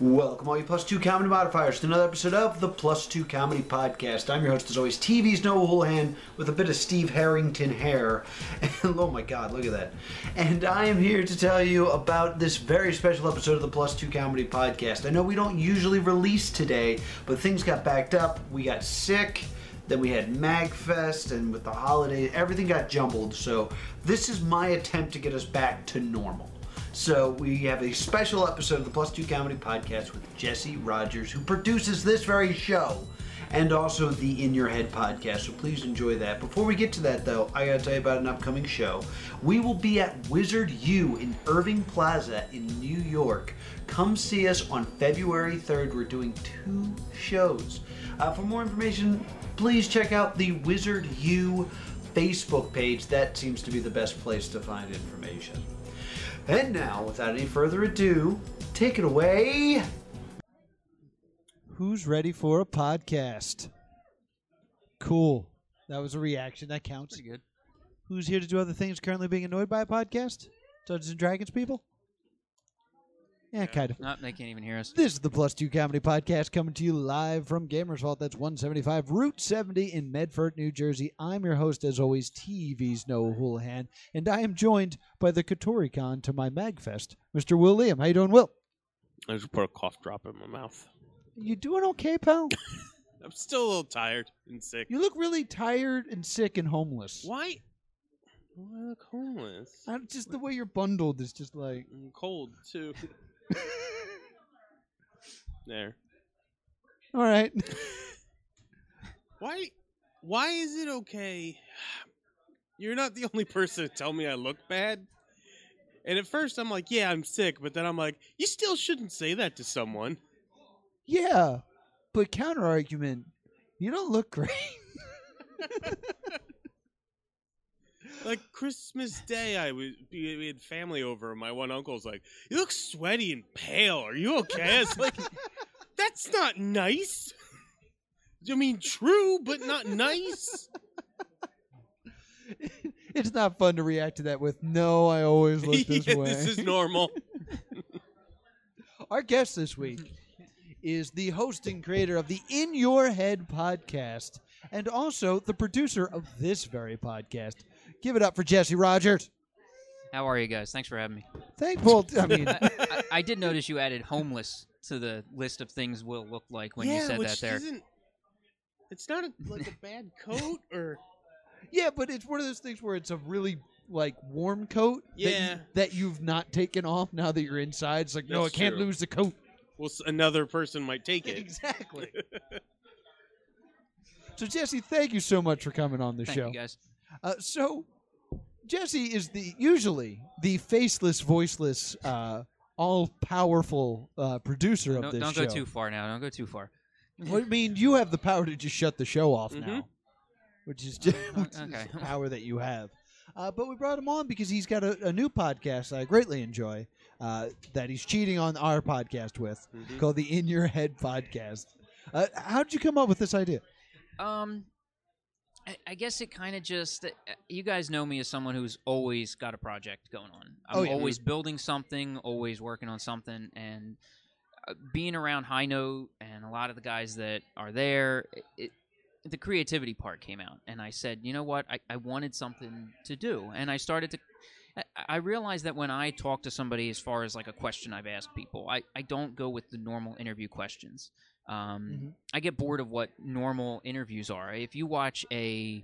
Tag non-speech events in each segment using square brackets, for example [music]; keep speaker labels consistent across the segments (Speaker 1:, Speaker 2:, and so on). Speaker 1: Welcome, all you plus two comedy modifiers, to another episode of the Plus Two Comedy Podcast. I'm your host, as always, TV's Noah Hulahan, with a bit of Steve Harrington hair. [laughs] And oh my god, look at that. And I am here to tell you about this very special episode of the Plus Two Comedy Podcast. I know we don't usually release today, but things got backed up, we got sick. Then we had MagFest, and with the holiday, everything got jumbled. So, this is my attempt to get us back to normal. So we have a special episode of the Plus Two Comedy Podcast with Jesse Rogers, who produces this very show, and also the In Your Head podcast. So please enjoy that. Before we get to that, though, I gotta tell you about an upcoming show. We will be at Wizard U in Irving Plaza in New York. Come see us on February 3rd. We're doing two shows. Uh, for more information, please check out the Wizard U Facebook page. That seems to be the best place to find information. And now, without any further ado, take it away.
Speaker 2: Who's ready for a podcast? Cool. That was a reaction. That counts. good. Who's here to do other things currently being annoyed by a podcast? Dungeons and Dragons people? Yeah, kind of.
Speaker 3: Not Oh, they can't even hear us.
Speaker 2: This is the Plus Two Comedy Podcast coming to you live from Gamers Vault. That's 175 Route 70 in Medford, New Jersey. I'm your host, as always, TV's Noah Hulahan, and I am joined by the KatoriCon to my MagFest, Mr. Will Liam. How you doing, Will?
Speaker 4: I just put a cough drop in my mouth.
Speaker 2: You doing okay, pal?
Speaker 4: I'm still a little tired and sick.
Speaker 2: You look really tired and sick and homeless.
Speaker 4: Why? Why I look homeless?
Speaker 2: I, just the way you're bundled is just like
Speaker 4: I'm cold too. there.
Speaker 2: all right.
Speaker 4: Why? Why is it okay? [sighs] You're not the only person to tell me I look bad. And at first I'm like, yeah, I'm sick, but then I'm like, you still shouldn't say that to someone.
Speaker 2: [laughs] yeah, but counter argument, you don't look [laughs] great.
Speaker 4: Like Christmas Day, I was we we had family over, and my one uncle's like, "You look sweaty and pale. Are you okay?" It's like, that's not nice. I mean, true, but
Speaker 3: [laughs]
Speaker 4: not nice.
Speaker 2: it's not fun to react to that with. No, I
Speaker 4: [laughs]
Speaker 2: always look this
Speaker 4: Yeah,
Speaker 2: way.
Speaker 4: this is normal.
Speaker 2: Our guest this week is the host and creator of the In Your Head podcast, and also the producer of this very podcast. Give it up for Jesse Rogers.
Speaker 3: How are you guys? Thanks for having me.
Speaker 2: Thankful. I mean,
Speaker 4: [laughs]
Speaker 3: I, I, I did notice you added homeless to the list of things will look like when you
Speaker 4: yeah,
Speaker 3: said that
Speaker 4: which
Speaker 3: there.
Speaker 4: isn't. It's not a, like a bad coat, or
Speaker 2: Yeah, but it's one of those things where it's a really like warm coat
Speaker 4: Yeah.
Speaker 2: that, you, that you've not taken off now that you're inside. It's like, no, I
Speaker 4: That's
Speaker 2: can't
Speaker 4: true.
Speaker 2: lose the coat.
Speaker 4: well, s- another person might take it. [laughs]
Speaker 2: [laughs] Exactly. so Jesse, thank you so much for coming on the
Speaker 3: Thank
Speaker 2: show.
Speaker 3: you guys.
Speaker 2: Uh, so Jesse is the usually the faceless, voiceless, uh, all powerful uh, producer of
Speaker 3: No,
Speaker 2: this
Speaker 3: don't
Speaker 2: show.
Speaker 3: go too far now. Don't go too far.
Speaker 2: What I mean, you have the power to just shut the show off
Speaker 4: Mhm.
Speaker 2: now, which is just
Speaker 3: Mm-hmm. Uh,
Speaker 2: which is
Speaker 3: okay.
Speaker 2: [laughs] the power that you have. Uh, but we brought him on because he's got a, a new podcast that I greatly enjoy uh, that he's cheating on our podcast with
Speaker 4: Mhm.
Speaker 2: called the In Your Head podcast. Uh, how did you come up with this idea?
Speaker 3: Um, I, I guess it kind of just uh, you guys know me as someone who's always got a project going on. I'm
Speaker 2: Oh, yeah.
Speaker 3: always building something, always working on something, and uh, being around High Note and a lot of the guys that are there, it, it, the creativity part came out, and I said, you know what, I, I wanted something to do, and I started to. I- I realized that when I talk to somebody, as far as like a question I've asked people, I, I don't go with the normal interview questions. Um,
Speaker 2: Mhm.
Speaker 3: I get bored of what normal interviews are. If you watch a,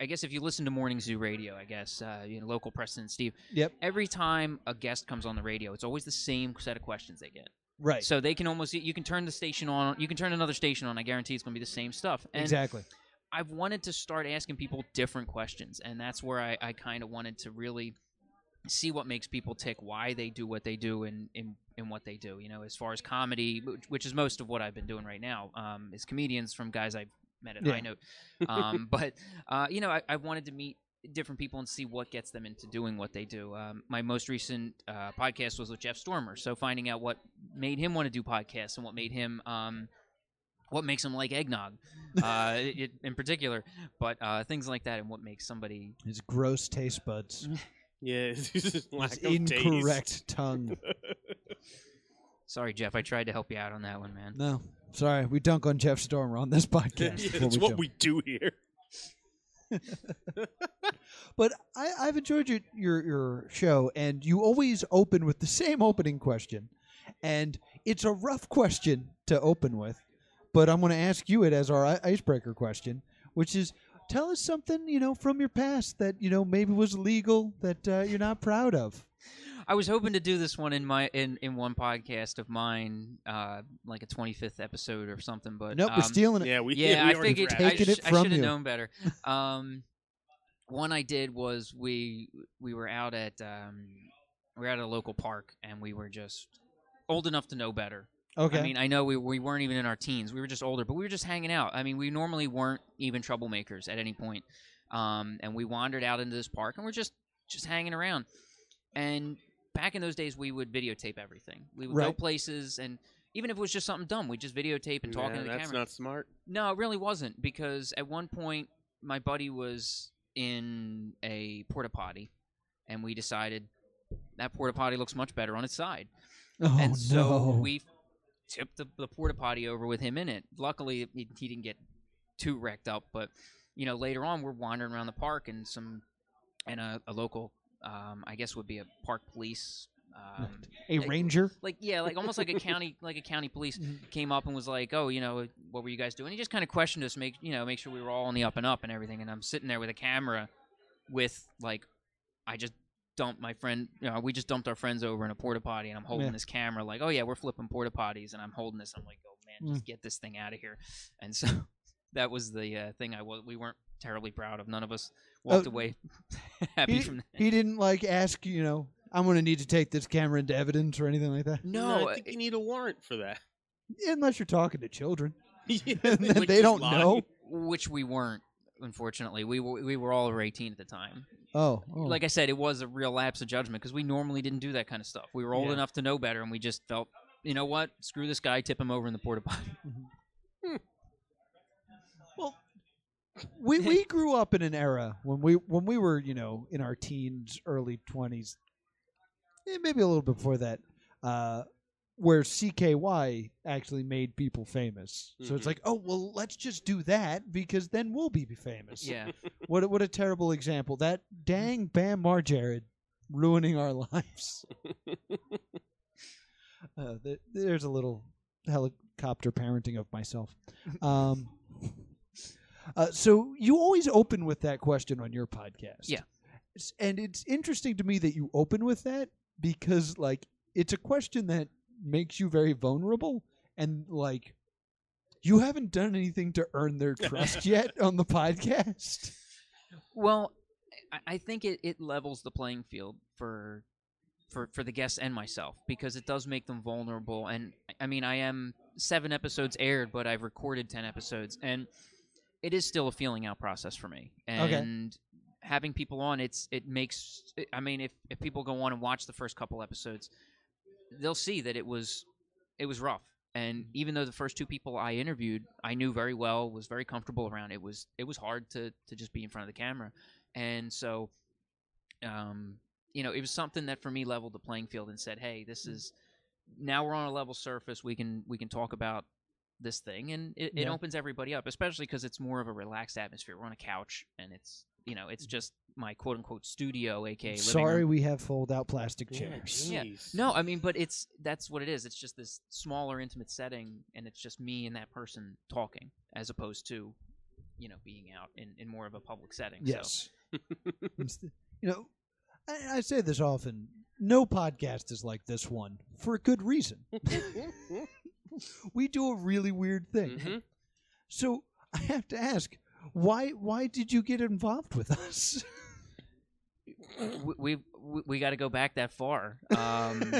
Speaker 3: I guess if you listen to Morning Zoo Radio, I guess uh, you know, local Preston and Steve.
Speaker 2: Yep.
Speaker 3: Every time a guest comes on the radio, it's always the same set of questions they get.
Speaker 2: Right.
Speaker 3: So they can almost you can turn the station on, you can turn another station on. I guarantee it's going to be the same stuff. And
Speaker 2: exactly.
Speaker 3: I've wanted to start asking people different questions, and that's where I, I kind of wanted to really see what makes people tick, why they do what they do, and in, in what they do. You know, as far as comedy, which- which is most of what I've been doing right now, um, is comedians from guys I've met at
Speaker 2: Yeah.
Speaker 3: High Note. Um, but uh, you know, I, I wanted to meet different people and see what gets them into doing what they do. Um, my most recent uh, podcast was with Jeff Stormer, so finding out what made him want to do podcasts and what made him. Um, what makes him like eggnog uh, it, in particular, but uh, things like that, and what makes somebody
Speaker 2: His gross taste buds.
Speaker 4: [laughs] Yeah, it's just lack
Speaker 2: His
Speaker 4: of taste.
Speaker 3: [laughs]
Speaker 2: incorrect tongue.
Speaker 3: Sorry, Jeff. I tried to help you out on that one, man.
Speaker 2: No, sorry, we dunk on Jeff Stormer on this [laughs]
Speaker 4: [laughs]
Speaker 2: podcast.
Speaker 4: Yeah,
Speaker 2: before
Speaker 4: that's
Speaker 2: we
Speaker 4: what
Speaker 2: jump.
Speaker 4: we do here.
Speaker 2: But I, I've enjoyed your, your your show, and you always open with the same opening question, and it's a rough question to open with, but I'm going to ask you it as our i- icebreaker question, which is, tell us something you know from your past that you know maybe was legal that uh, you're not proud of.
Speaker 3: I was hoping to do this one in my in, in one podcast of mine, uh, like a 25th episode or something. But
Speaker 2: nope,
Speaker 3: um,
Speaker 2: we're stealing it.
Speaker 4: Yeah, we.
Speaker 3: yeah,
Speaker 4: we
Speaker 3: I
Speaker 4: already
Speaker 3: figured
Speaker 4: grabbed
Speaker 3: I,
Speaker 2: Taking it
Speaker 3: sh- I
Speaker 2: from
Speaker 3: should have
Speaker 2: you.
Speaker 3: known
Speaker 2: [laughs]
Speaker 3: better. Um, one I did was we we were out at um, we were at a local park and we were just old enough to know better.
Speaker 2: Okay.
Speaker 3: I mean, I know we, we weren't even in our teens; we were just older, but we were just hanging out. I mean, we normally weren't even troublemakers at any point. Um, and we wandered out into this park and we're just just hanging around. And back in those days, we would videotape everything. We would go
Speaker 2: Right.
Speaker 3: places and. Even if it was just something dumb, we just videotape and talk
Speaker 4: Nah,
Speaker 3: into the
Speaker 4: that's
Speaker 3: camera.
Speaker 4: not smart.
Speaker 3: No, it really wasn't because at one point my buddy was in a porta potty, and we decided that porta potty looks much better on its side,
Speaker 2: oh
Speaker 3: and so
Speaker 2: no.
Speaker 3: we tipped the, the porta potty over with him in it. Luckily, he, he didn't get too wrecked up, but you know later on we're wandering around the park and some and a, a local, um, I guess would be a park police. Um,
Speaker 2: a ranger.
Speaker 3: like yeah, like almost
Speaker 2: [laughs]
Speaker 3: like a county, like a county police
Speaker 2: Mm-hmm.
Speaker 3: came up and was like, "Oh, you know, what were you guys doing?" He just kind of questioned us, make you know, make sure we were all on the up and up and everything. And I'm sitting there with a camera, with like, I just dumped my friend, you know, we just dumped our friends over in a porta potty, and I'm holding
Speaker 2: Yeah.
Speaker 3: this camera, like, "Oh yeah, we're flipping porta potties," and I'm holding this. I'm like, "Oh man,
Speaker 2: Mm.
Speaker 3: just get this thing out of here." And so [laughs] that was the uh, thing I was. We weren't terribly proud of. None of us walked
Speaker 2: Oh,
Speaker 3: away [laughs] happy
Speaker 2: he,
Speaker 3: from that.
Speaker 2: he didn't like ask you know I'm going to need to take this camera into evidence or anything like that,
Speaker 3: no,
Speaker 4: I think you need a warrant for
Speaker 2: [laughs]
Speaker 4: that. [laughs]
Speaker 2: unless you're talking to children.
Speaker 4: Yeah,
Speaker 2: And then
Speaker 4: like, just
Speaker 2: they don't
Speaker 4: lie.
Speaker 2: know.
Speaker 3: which we weren't unfortunately we were, we were all over 18 at the time
Speaker 2: Oh, oh.
Speaker 3: like i said it was a real lapse of judgment because we normally didn't do that kind of stuff we were old
Speaker 4: Yeah.
Speaker 3: enough to know better and we just felt you know what screw this guy tip him over in the porta potty uh,
Speaker 2: we
Speaker 3: [laughs]
Speaker 2: we grew up in an era when we when we were you know in our teens, early twenties, Eh, maybe a little bit before that, uh, where CKY actually made people famous. So
Speaker 4: Mhm.
Speaker 3: Mm-hmm.
Speaker 2: it's like, oh well, let's just do that because then we'll be famous.
Speaker 3: yeah
Speaker 2: What a, what a terrible example! That dang Bam Margera ruining our lives. uh, th- there's a little helicopter parenting of myself. Um, uh, so you always open with that question on your podcast.
Speaker 3: Yeah.
Speaker 2: S- and it's interesting to me that you open with that because like it's a question that makes you very vulnerable and like. You haven't done anything to earn their trust yet on the podcast.
Speaker 3: [laughs] well i, I think it, it levels the playing field for for for the guests and myself because it does make them vulnerable and i mean i am seven episodes aired but i've recorded 10 episodes and it is still a feeling out process for me
Speaker 2: Okay.
Speaker 3: and having people on it's it makes i mean if if people go on and watch the first couple episodes they'll see that it was it was rough and even though the first two people i interviewed i knew very well was very comfortable around it was it was hard to to just be in front of the camera and so um you know it was something that for me leveled the playing field and said hey this
Speaker 2: Mm.
Speaker 3: is now we're on a level surface we can we can talk about this thing and it, it
Speaker 2: Yeah.
Speaker 3: opens everybody up especially because it's more of a relaxed atmosphere we're on a couch and it's you know it's just my quote unquote studio aka living room.
Speaker 2: Mm. Sorry, we have fold out plastic
Speaker 4: Yeah,
Speaker 2: chairs.
Speaker 3: Yeah.
Speaker 4: jeez. [laughs]
Speaker 3: No, I mean, but it's that's what it is. It's just this smaller, intimate setting, and it's just me and that person talking, as opposed to, you know, being out in, in more of a public setting. So.
Speaker 2: Yes. It's the- you know, I, I say this often. No podcast is like this one for a good reason. We do a really weird thing.
Speaker 3: [laughs]
Speaker 4: Mhm.
Speaker 2: So I have to ask, why why did you get involved with us? [laughs]
Speaker 3: W- We we, we got to go back that far.
Speaker 2: [laughs]
Speaker 3: Um,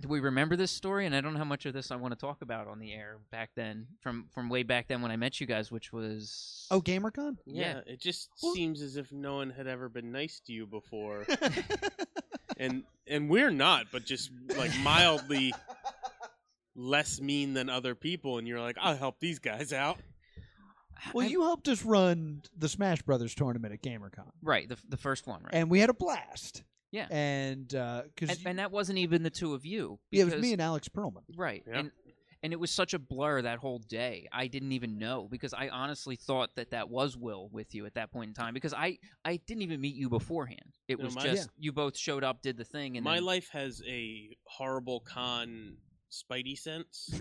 Speaker 3: do we remember this story? And I don't know how much of this I want to talk about on the air back then, from from way back then when I met you guys, which was
Speaker 2: oh, GamerCon.
Speaker 4: Yeah, it just
Speaker 2: Well-
Speaker 4: seems as if no one had ever been nice to you
Speaker 2: [laughs]
Speaker 4: before, and and we're not, but just like mildly less mean than other people. And you're like, I'll help these guys out.
Speaker 2: Well,
Speaker 3: I-
Speaker 2: you helped us run the Smash Brothers tournament at GamerCon,
Speaker 3: right the the first one right
Speaker 2: and we had a blast.
Speaker 3: Yeah.
Speaker 2: and because
Speaker 3: And, and that wasn't even the two of you.
Speaker 2: yeah, it was
Speaker 3: because-
Speaker 2: me and Alex Perlman.
Speaker 3: Right.
Speaker 4: Yeah.
Speaker 3: And and it was such a blur that whole day. I didn't even know because I honestly thought that that was Will with you at that point in time because I I didn't even meet you beforehand. It
Speaker 4: No,
Speaker 3: was
Speaker 4: my-
Speaker 3: just you both showed up, did the thing, and
Speaker 4: My
Speaker 3: then-
Speaker 4: life has a horrible con spidey
Speaker 3: [laughs]
Speaker 4: sense.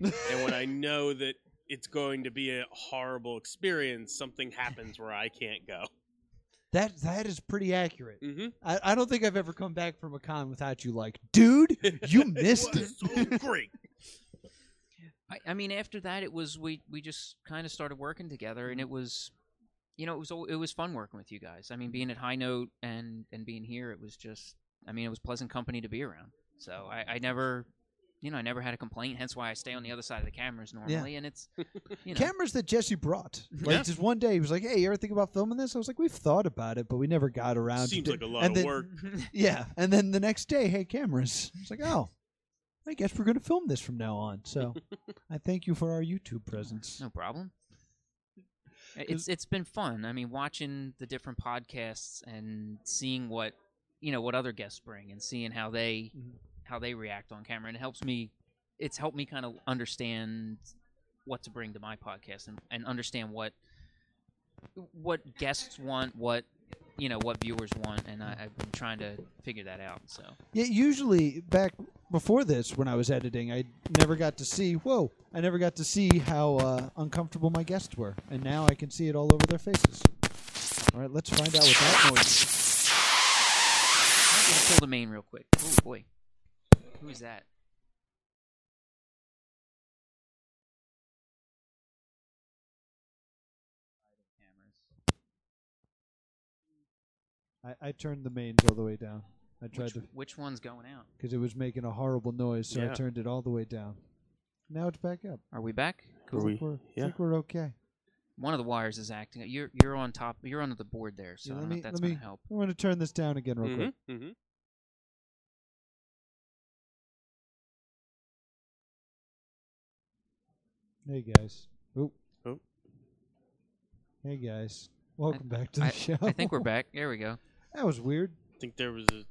Speaker 4: and when I know that it's going to be a horrible experience, something happens where I can't go.
Speaker 2: that that is pretty accurate.
Speaker 4: Mm-hmm.
Speaker 2: I, I don't think I've ever come back from a con without you like, dude,
Speaker 4: [laughs]
Speaker 2: you missed it.
Speaker 4: so great.
Speaker 3: I, I mean, after that, it was we we just kind of started working together, and it was, you know, it was al- it was fun working with you guys. I mean, being at High Note and and being here, it was just, I mean, it was pleasant company to be around. So I, I never, you know, I never had a complaint. Hence why I stay on the other side of the cameras normally, and it's, you know,
Speaker 2: Cameras that Jesse brought. Like
Speaker 4: Yeah.
Speaker 2: just one day, he was like, "Hey, you ever think about filming this?" I was like, "We've thought about it, but we never got around."
Speaker 4: Seems
Speaker 2: to
Speaker 4: like a lot
Speaker 2: and
Speaker 4: of
Speaker 2: then-
Speaker 4: work.
Speaker 2: [laughs] Yeah, and then the next day, hey, cameras. It's like, oh, I guess we're going to film this from now on.
Speaker 4: [laughs]
Speaker 2: So, I thank you for our YouTube presence.
Speaker 3: no problem. I- It's it's been fun. I mean, watching the different podcasts and seeing what you know what other guests bring and seeing how they
Speaker 2: Mhm.
Speaker 3: how they react on camera and it helps me it's helped me kind of understand what to bring to my podcast and, and understand what what guests want what you know what viewers want and I, i've been trying to figure that out so
Speaker 2: Yeah, usually back before this, when I was editing, I never got to see. Whoa, I never got to see how uh, uncomfortable my guests were, and now I can see it all over their faces. All right, let's find out what that noise. Is.
Speaker 3: i'm gonna pull the main real quick oh boy who is that
Speaker 2: I, I turned the mains all the way down. I tried
Speaker 3: which,
Speaker 2: to
Speaker 3: which one's going out
Speaker 2: because it was making a horrible noise, so I
Speaker 4: Yeah.
Speaker 2: turned it all the way down. Now it's back up.
Speaker 3: are we back
Speaker 2: I
Speaker 4: Are
Speaker 2: think
Speaker 4: we-
Speaker 2: are
Speaker 4: yeah.
Speaker 2: I think we're okay.
Speaker 3: one of the wires is acting up. you're you're on top you're on the board there so i
Speaker 2: Yeah, let
Speaker 3: don't
Speaker 2: me
Speaker 3: know if that's
Speaker 2: let me.
Speaker 3: gonna help
Speaker 2: I'm going to turn this down again real
Speaker 4: hmm
Speaker 2: quick.
Speaker 4: hmm Mm-hmm.
Speaker 2: Hey guys. Oop.
Speaker 4: Oh.
Speaker 2: Hey guys. Welcome back to the [laughs]
Speaker 3: I,
Speaker 2: show.
Speaker 3: I think we're back there we go
Speaker 2: that was weird.
Speaker 4: I think there was a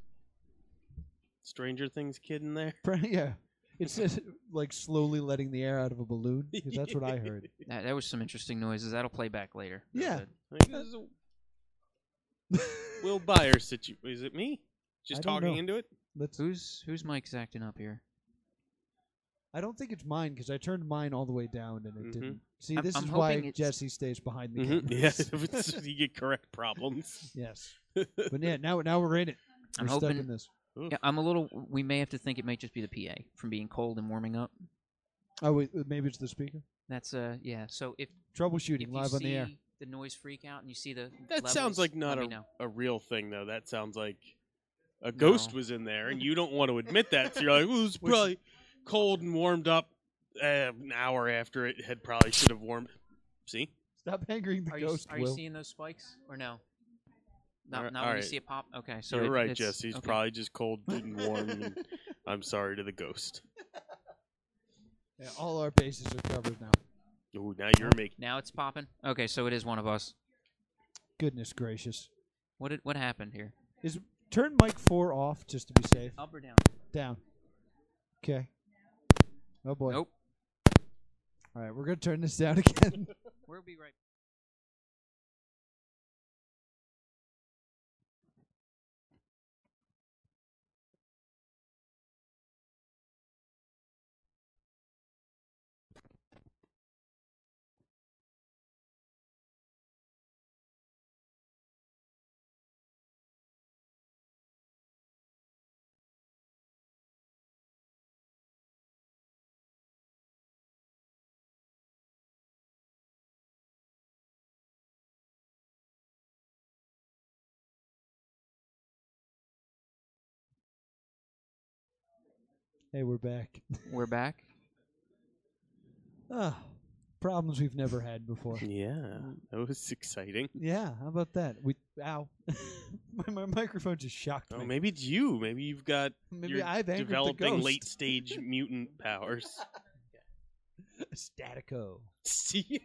Speaker 4: Stranger Things kid in there. [laughs]
Speaker 2: Pre- Yeah. It's just like slowly letting the air out of a balloon. 'cause that's what I
Speaker 4: [laughs]
Speaker 2: heard.
Speaker 3: that, that was some interesting noises that'll play back later That's
Speaker 2: Yeah.
Speaker 3: good.
Speaker 4: I think this is a Will Byers situ. Is it me? Just
Speaker 2: I don't
Speaker 4: talking
Speaker 2: know.
Speaker 4: into it.
Speaker 2: Let's.
Speaker 3: Who's who's Mike's acting up here?
Speaker 2: I don't think it's mine because I turned mine all the way down and it
Speaker 4: Mhm.
Speaker 2: didn't. See,
Speaker 3: I'm-
Speaker 2: this
Speaker 3: I'm
Speaker 2: is
Speaker 3: hoping
Speaker 2: why
Speaker 3: it's-
Speaker 2: Jesse stays behind the
Speaker 4: Mhm.
Speaker 2: camera.
Speaker 4: [laughs] Yeah, if it's- you get correct problems. [laughs]
Speaker 2: [laughs] yes. But yeah, now now we're in it. We're
Speaker 3: I'm
Speaker 2: stuck
Speaker 3: hoping-
Speaker 2: in this.
Speaker 3: Yeah, I'm a little. We may have to think it might just be the PA from being cold and warming up.
Speaker 2: Oh wait, maybe it's the speaker.
Speaker 3: That's uh yeah. So if if
Speaker 2: Troubleshooting
Speaker 3: you
Speaker 2: live
Speaker 3: see
Speaker 2: on the air.
Speaker 3: the noise freak out and you see the
Speaker 4: That
Speaker 3: levels,
Speaker 4: sounds like not
Speaker 3: let me
Speaker 4: a,
Speaker 3: know.
Speaker 4: a real thing, though. That sounds like a ghost
Speaker 3: No.
Speaker 4: was in there, and you don't want to admit that. So you're like, "Ooh, it's
Speaker 3: Which-
Speaker 4: probably cold and warmed up uh, an hour after it had probably should have warmed." See,
Speaker 2: Stop angering the
Speaker 3: Are you
Speaker 2: ghost.
Speaker 3: are
Speaker 2: Will.
Speaker 3: you seeing those spikes or no?
Speaker 4: Alri-
Speaker 3: Not, not when
Speaker 4: alright.
Speaker 3: you see it pop. Okay, so
Speaker 4: you're
Speaker 3: it-
Speaker 4: right,
Speaker 3: it's-
Speaker 4: Jesse. It's
Speaker 3: okay.
Speaker 4: probably just cold and warm. and I'm sorry to the ghost.
Speaker 2: Yeah, all our bases are covered now.
Speaker 4: Ooh, now you're making.
Speaker 3: now it's popping. Okay, so it is one of us.
Speaker 2: Goodness gracious.
Speaker 3: What did what happened here?
Speaker 2: Is turn mic four off just to be safe.
Speaker 3: Up or down?
Speaker 2: Down. Okay. Oh boy.
Speaker 3: Nope.
Speaker 2: All right, we're gonna turn this down [laughs] again.
Speaker 3: We'll be right.
Speaker 2: hey, we're back.
Speaker 3: We're back.
Speaker 2: Ah, problems we've never had before.
Speaker 4: Yeah, that was exciting.
Speaker 2: yeah, how about that? We ow, [laughs] my, my microphone just shocked
Speaker 4: Oh,
Speaker 2: me.
Speaker 4: maybe it's you. Maybe you've got
Speaker 2: Maybe
Speaker 4: you're
Speaker 2: I've angered the
Speaker 4: developing
Speaker 2: ghost.
Speaker 4: late stage mutant powers.
Speaker 2: [laughs] Statico.
Speaker 4: See?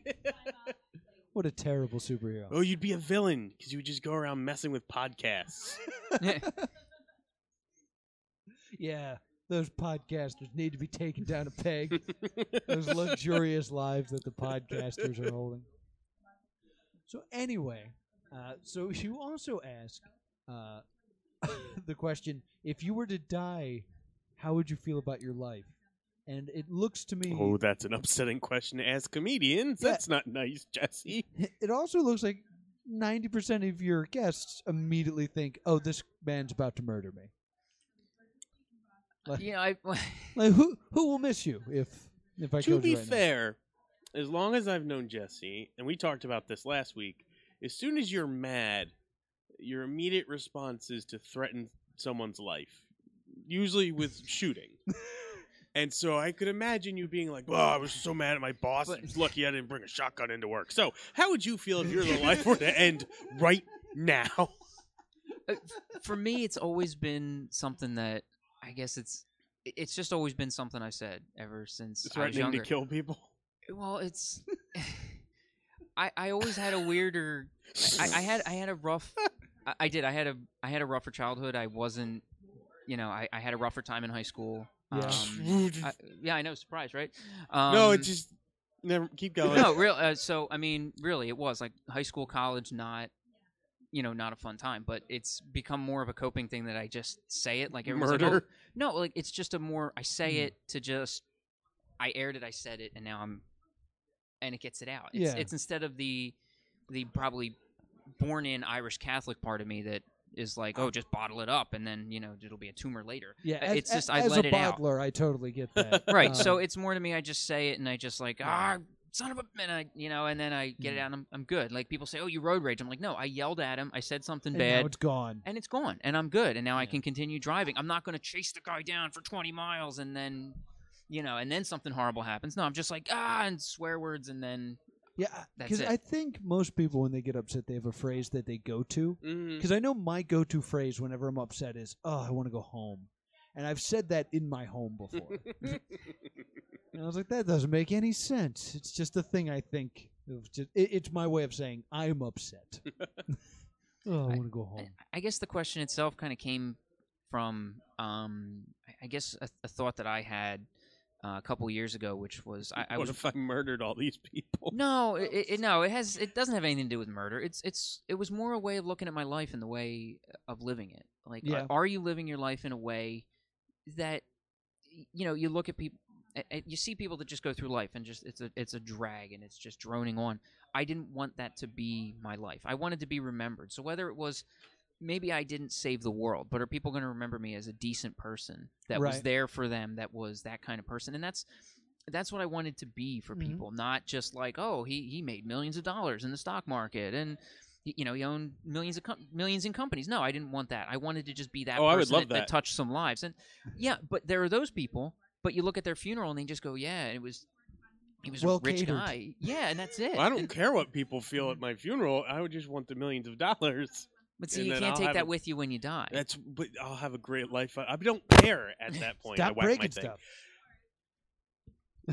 Speaker 2: What a terrible superhero.
Speaker 4: Oh, you'd be a villain because you would just go around messing with podcasts.
Speaker 2: Yeah, those podcasters need to be taken down a peg. those luxurious lives that the podcasters are holding. So anyway, uh, so [laughs] you also ask uh, [laughs] the question: If you were to die, how would you feel about your life? And it looks to me.
Speaker 4: Oh, that's an upsetting question to ask comedians.
Speaker 2: Yeah.
Speaker 4: That's not nice, Jesse.
Speaker 2: It also looks like 90% of your guests immediately think, oh, this man's about to murder me. Like,
Speaker 3: You know, I [laughs]
Speaker 2: like, who who will miss you if if I
Speaker 4: to
Speaker 2: killed
Speaker 4: be
Speaker 2: you right now?
Speaker 4: fair, as long as I've known Jesse, and we talked about this last week, as soon as you're mad, your immediate response is to threaten someone's life, usually with
Speaker 2: [laughs]
Speaker 4: shooting. And so I could imagine you being like, "Well, I was so mad at my boss.
Speaker 3: But-
Speaker 4: It's lucky I didn't bring a shotgun into work." So, how would you feel if your little life were to
Speaker 2: [laughs]
Speaker 4: end right
Speaker 3: [laughs]
Speaker 4: now?
Speaker 3: for me, it's always been something that I guess it's it's just always been something I've said ever since I was
Speaker 4: Threatening
Speaker 3: younger.
Speaker 4: to kill people.
Speaker 3: Well, it's [laughs] I I always had a weirder I, I had I had a rough I, I did I had a I had a rougher childhood. I wasn't you know I, I had a rougher time in high school.
Speaker 4: [laughs]
Speaker 2: Yeah.
Speaker 3: Um, I, yeah, I know. Surprise, right? Um,
Speaker 4: no, it just never keep going.
Speaker 3: no, real. Uh, so I mean, really, it was like high school, college, not you know, not a fun time. But it's become more of a coping thing that I just say it. Like everyone's like,
Speaker 4: murder.
Speaker 3: "Oh." no, like it's just a more I say
Speaker 2: Mm.
Speaker 3: it to just I aired it, I said it, and now I'm and it gets it out. It's,
Speaker 2: Yeah.
Speaker 3: it's instead of the the probably born in Irish Catholic part of me that is like, oh, just bottle it up, and then you know it'll be a tumor later.
Speaker 2: Yeah, as,
Speaker 3: It's just
Speaker 2: a-
Speaker 3: I
Speaker 2: as
Speaker 3: let
Speaker 2: a
Speaker 3: it out.
Speaker 2: bottler, I totally
Speaker 3: [laughs]
Speaker 2: get that.
Speaker 3: Right.
Speaker 2: Um,
Speaker 3: so it's more to me. I just say it, and I just like ah, son of a, and I, you know, and then I get it
Speaker 2: Mm.
Speaker 3: out, and I'm, I'm good. Like people say, oh, you road rage. I'm like, no, I yelled at him. I said something
Speaker 2: and now
Speaker 3: bad,
Speaker 2: it's gone.
Speaker 3: and it's gone, and I'm good, and now I can continue driving. I'm not going to chase the guy down for 20 miles, and then, you know, and then something horrible happens. No, I'm just like ah, and swear words, and then
Speaker 2: Yeah,
Speaker 3: That's
Speaker 2: because
Speaker 3: it.
Speaker 2: I think most people when they get upset, they have a phrase that they go to.
Speaker 3: Mm.
Speaker 4: Mhm.
Speaker 2: Because I know my go-to phrase whenever I'm upset is, "Oh, I want to go home," and I've said that in my home before.
Speaker 3: [laughs]
Speaker 2: and I was like, "That doesn't make any sense. It's just a thing I think. of just- it- it's my way of saying I'm upset. [laughs] oh, I
Speaker 3: I-
Speaker 2: want to go
Speaker 3: I,
Speaker 2: home.
Speaker 3: I guess the question itself kind of came from, um, I- I guess a, a thought that I had. Uh, a couple years ago, which was I, I
Speaker 4: what
Speaker 3: was
Speaker 4: if I murdered all these
Speaker 2: [laughs]
Speaker 3: [laughs]
Speaker 4: people?
Speaker 3: No, it, it, it- no, it has. It doesn't have anything to do with murder. It's it's it was more a way of looking at my life and the way of living it. Like,
Speaker 2: Yeah.
Speaker 3: are, are you living your life in a way that y- you know you look at people, you see people that just go through life and just it's a it's a drag and it's just droning on. I didn't want that to be my life. I wanted to be remembered. So whether it was maybe I didn't save the world, but are people going to remember me as a decent person that was
Speaker 2: Right.
Speaker 3: there for them, that was that kind of person? And that's that's what I wanted to be for
Speaker 2: Mhm.
Speaker 4: Mm-hmm.
Speaker 3: people, not just like, oh, he he made millions of dollars in the stock market and y- you know, he owned millions of com- millions in companies. No, I didn't want that. I wanted to just be that
Speaker 4: Oh, I would
Speaker 3: person
Speaker 4: love
Speaker 3: that,
Speaker 4: that.
Speaker 3: touched some lives. And yeah, but there are those people, but you look at their funeral and they just go, yeah, it was he was
Speaker 2: Well
Speaker 3: a rich
Speaker 2: catered.
Speaker 3: guy. Yeah, and that's it.
Speaker 4: Well, I don't
Speaker 3: And-
Speaker 4: care what people feel at my funeral. I would just want the millions of dollars.
Speaker 3: but see,
Speaker 4: and
Speaker 3: you
Speaker 4: then
Speaker 3: can't
Speaker 4: I'll
Speaker 3: take
Speaker 4: have
Speaker 3: that
Speaker 4: it-
Speaker 3: with you when you die. [laughs]
Speaker 4: That's but I'll have a great life. I, I don't care at that point. I
Speaker 2: Stop
Speaker 4: whack my
Speaker 2: breaking
Speaker 4: thing.
Speaker 2: stuff.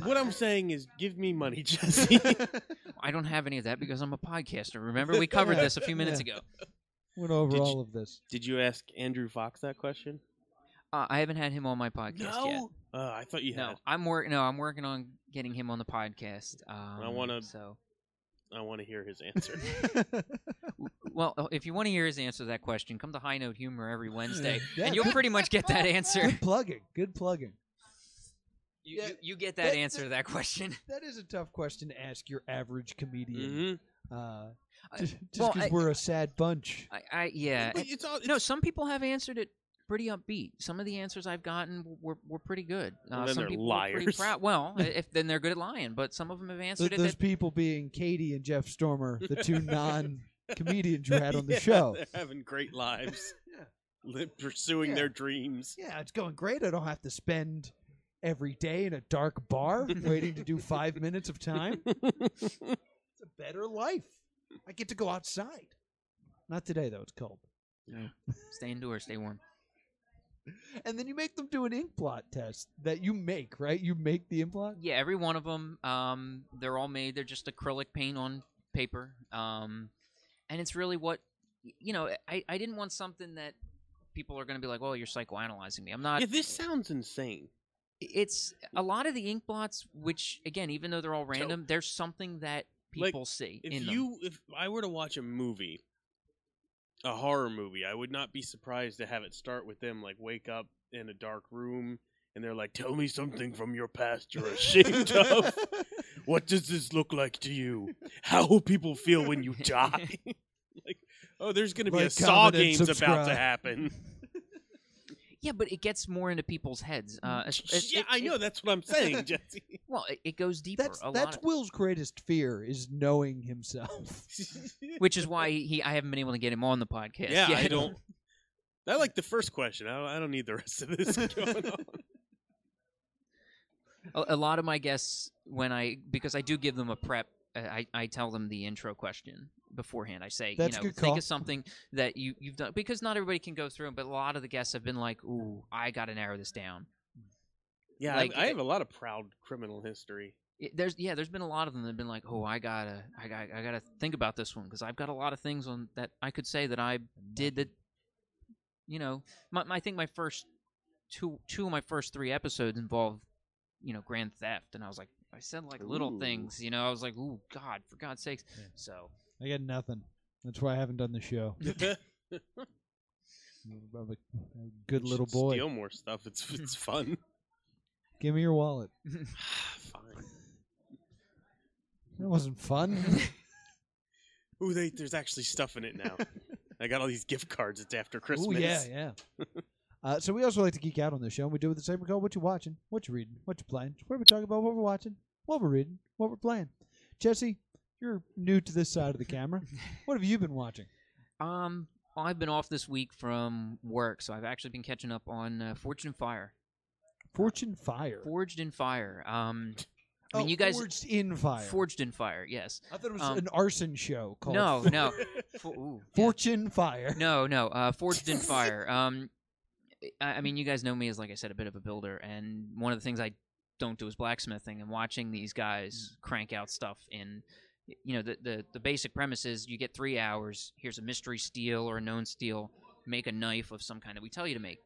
Speaker 4: What I'm saying is, give me money, [laughs] Jesse.
Speaker 3: I don't have any of that because I'm a podcaster. Remember,
Speaker 4: [laughs]
Speaker 3: we covered
Speaker 2: Yeah,
Speaker 3: this a few minutes ago.
Speaker 2: Went over
Speaker 4: Did
Speaker 2: all of this.
Speaker 4: Did you ask Andrew Fox that question?
Speaker 3: Uh, I haven't had him on my podcast yet.
Speaker 4: Uh, I thought you
Speaker 3: No,
Speaker 4: had.
Speaker 3: I'm working. No, I'm working on getting him on the podcast. Um,
Speaker 4: wanna-
Speaker 3: So,
Speaker 4: I want to hear [laughs] his answer.
Speaker 3: Mm-hmm. well, uh, if you want to hear his answer to that question, come to High Note Humor every
Speaker 2: [laughs]
Speaker 3: Wednesday,
Speaker 2: Yeah,
Speaker 3: and you'll
Speaker 2: good-
Speaker 3: pretty much get that answer.
Speaker 2: [laughs]
Speaker 3: [laughs]
Speaker 2: Good plugging. Good plugging.
Speaker 3: You,
Speaker 2: Yeah.
Speaker 3: you, you get that
Speaker 2: That-
Speaker 3: answer to that question.
Speaker 2: That is a tough question to ask your average comedian.
Speaker 4: hmm
Speaker 2: Uh,
Speaker 3: Mm-hmm. I-
Speaker 2: just
Speaker 3: well,
Speaker 2: because
Speaker 3: I-
Speaker 2: we're a sad bunch.
Speaker 3: I, I yeah.
Speaker 4: But it's all,
Speaker 3: [laughs]
Speaker 4: it's,
Speaker 3: no, some people have answered it pretty upbeat. Some of the answers I've gotten were were pretty good. Uh,
Speaker 4: Well, then
Speaker 3: some
Speaker 4: they're
Speaker 3: people were pretty
Speaker 4: liars.
Speaker 3: proud. Well,
Speaker 4: [laughs]
Speaker 3: i- if then they're good at lying, but some of them have answered
Speaker 2: Th-
Speaker 3: it.
Speaker 2: those
Speaker 3: that-
Speaker 2: people being Katie and Jeff Stormer, the
Speaker 3: [laughs]
Speaker 2: two non comedians you had on the show.
Speaker 4: They're having great [laughs] lives,
Speaker 2: Yeah.
Speaker 4: li- pursuing
Speaker 2: Yeah.
Speaker 4: their dreams.
Speaker 2: Yeah, it's going great. I don't have to spend every day in a dark
Speaker 3: [laughs]
Speaker 2: bar waiting to do five minutes of time. It's a better life. I get to go outside. Not today, though. It's cold.
Speaker 3: stay indoors, stay warm.
Speaker 2: And then you make them do an ink blot test that you make, right? You make the ink blot?
Speaker 3: Yeah, every one of them. Um, they're all made. They're just acrylic paint on paper. Um, and it's really what y- you know. I I didn't want something that people are going to be like, "Well, you're psychoanalyzing me." I'm not.
Speaker 4: [laughs] yeah, this sounds insane.
Speaker 3: It's a lot of the ink blots, which again, even though they're all random, there's something that
Speaker 4: Like,
Speaker 3: people see
Speaker 4: If
Speaker 3: in [laughs] them.
Speaker 4: you, if I were to watch a movie, a horror movie, I would not be surprised to have it start with them like wake up in a dark room and they're like, "Tell me something from your past you're
Speaker 2: [laughs]
Speaker 4: [laughs] ashamed of. What does this look like to you? How will people feel when you die?" like, [laughs] oh, there's going to be a
Speaker 2: Like,
Speaker 4: Saw
Speaker 2: comment, and
Speaker 4: game's about to
Speaker 2: subscribe.
Speaker 4: happen.
Speaker 3: Yeah, but it gets more into people's heads. Uh, es- es-
Speaker 4: [laughs] yeah,
Speaker 3: it-
Speaker 4: I
Speaker 3: it-
Speaker 4: know that's what I'm [laughs] saying, Jesse.
Speaker 3: well, it, it goes deeper.
Speaker 2: That's
Speaker 3: a
Speaker 2: that's
Speaker 3: lot,
Speaker 2: Will's greatest fear is knowing himself. [laughs]
Speaker 3: which is why he I haven't been able to get him on the podcast.
Speaker 4: yeah, I
Speaker 3: yet.
Speaker 4: [laughs] don't. I like the first question. I don't, I don't need the rest of this [laughs] going on.
Speaker 3: a, a lot of my guests when I because I do give them a prep. uh, I, I tell them the intro question beforehand. I say, you
Speaker 2: That's a
Speaker 3: know,
Speaker 2: good
Speaker 3: think
Speaker 2: call.
Speaker 3: of something that you, you've done because not everybody can go through 'em, but a lot of the guests have been like, ooh, I got to narrow this down.
Speaker 4: Yeah, I-
Speaker 3: Like,
Speaker 4: I,
Speaker 3: it-
Speaker 4: have a lot of proud criminal history. [laughs]
Speaker 3: Y- There's yeah, there's been a lot of them that have been like, oh, I gotta, I got, I gotta think about this one because I've got a lot of things on that I could say that I did that. You know, my, my I think my first two two of my first three episodes involved, you know, grand theft, and I was like, I said like little
Speaker 4: Ooh.
Speaker 3: things, you know, I was like, ooh, God, for God's sakes.
Speaker 2: Yeah.
Speaker 3: So
Speaker 2: I got nothing. That's why I haven't done the show. I'm a, a good little
Speaker 4: Should
Speaker 2: boy.
Speaker 4: Steal more stuff.
Speaker 2: [laughs]
Speaker 4: It's it's fun.
Speaker 2: Give me your wallet.
Speaker 4: Fine.
Speaker 2: That
Speaker 3: [laughs]
Speaker 2: wasn't fun.
Speaker 4: Ooh, they, there's actually stuff in it
Speaker 2: [laughs]
Speaker 4: now. I got all these gift cards. It's after
Speaker 2: Oh
Speaker 4: Christmas.
Speaker 2: yeah, yeah. Uh, so we also like to geek out on the show, and we do it with the same we call what you watching, what you reading, what you playing. It's Where we talk about what we're watching, what we're reading, what we're playing. Jesse, you're new to this side of
Speaker 3: [laughs]
Speaker 2: the camera. what have you been watching?
Speaker 3: Um, I've been off this week from work, so I've actually been catching up on uh, Fortune Fire,
Speaker 2: Fortune Fire.
Speaker 3: Forged in Fire. Um, I mean, you guys
Speaker 2: forged in fire.
Speaker 3: Forged in Fire, yes.
Speaker 2: I thought it was
Speaker 3: um,
Speaker 2: an arson show called
Speaker 3: No, no, For, ooh, yeah.
Speaker 2: Fortune Fire.
Speaker 3: No, no, uh, Forged
Speaker 2: [laughs]
Speaker 3: in Fire. Um, I, I mean, you guys know me as like I said, a bit of a builder, and one of the things I don't do is blacksmithing. And watching these
Speaker 2: Mm.
Speaker 3: guys crank out stuff in, you know, the the, the basic premise is you get three hours. Here's a mystery steel or a known steel. Make a knife of some kind that we tell you to make,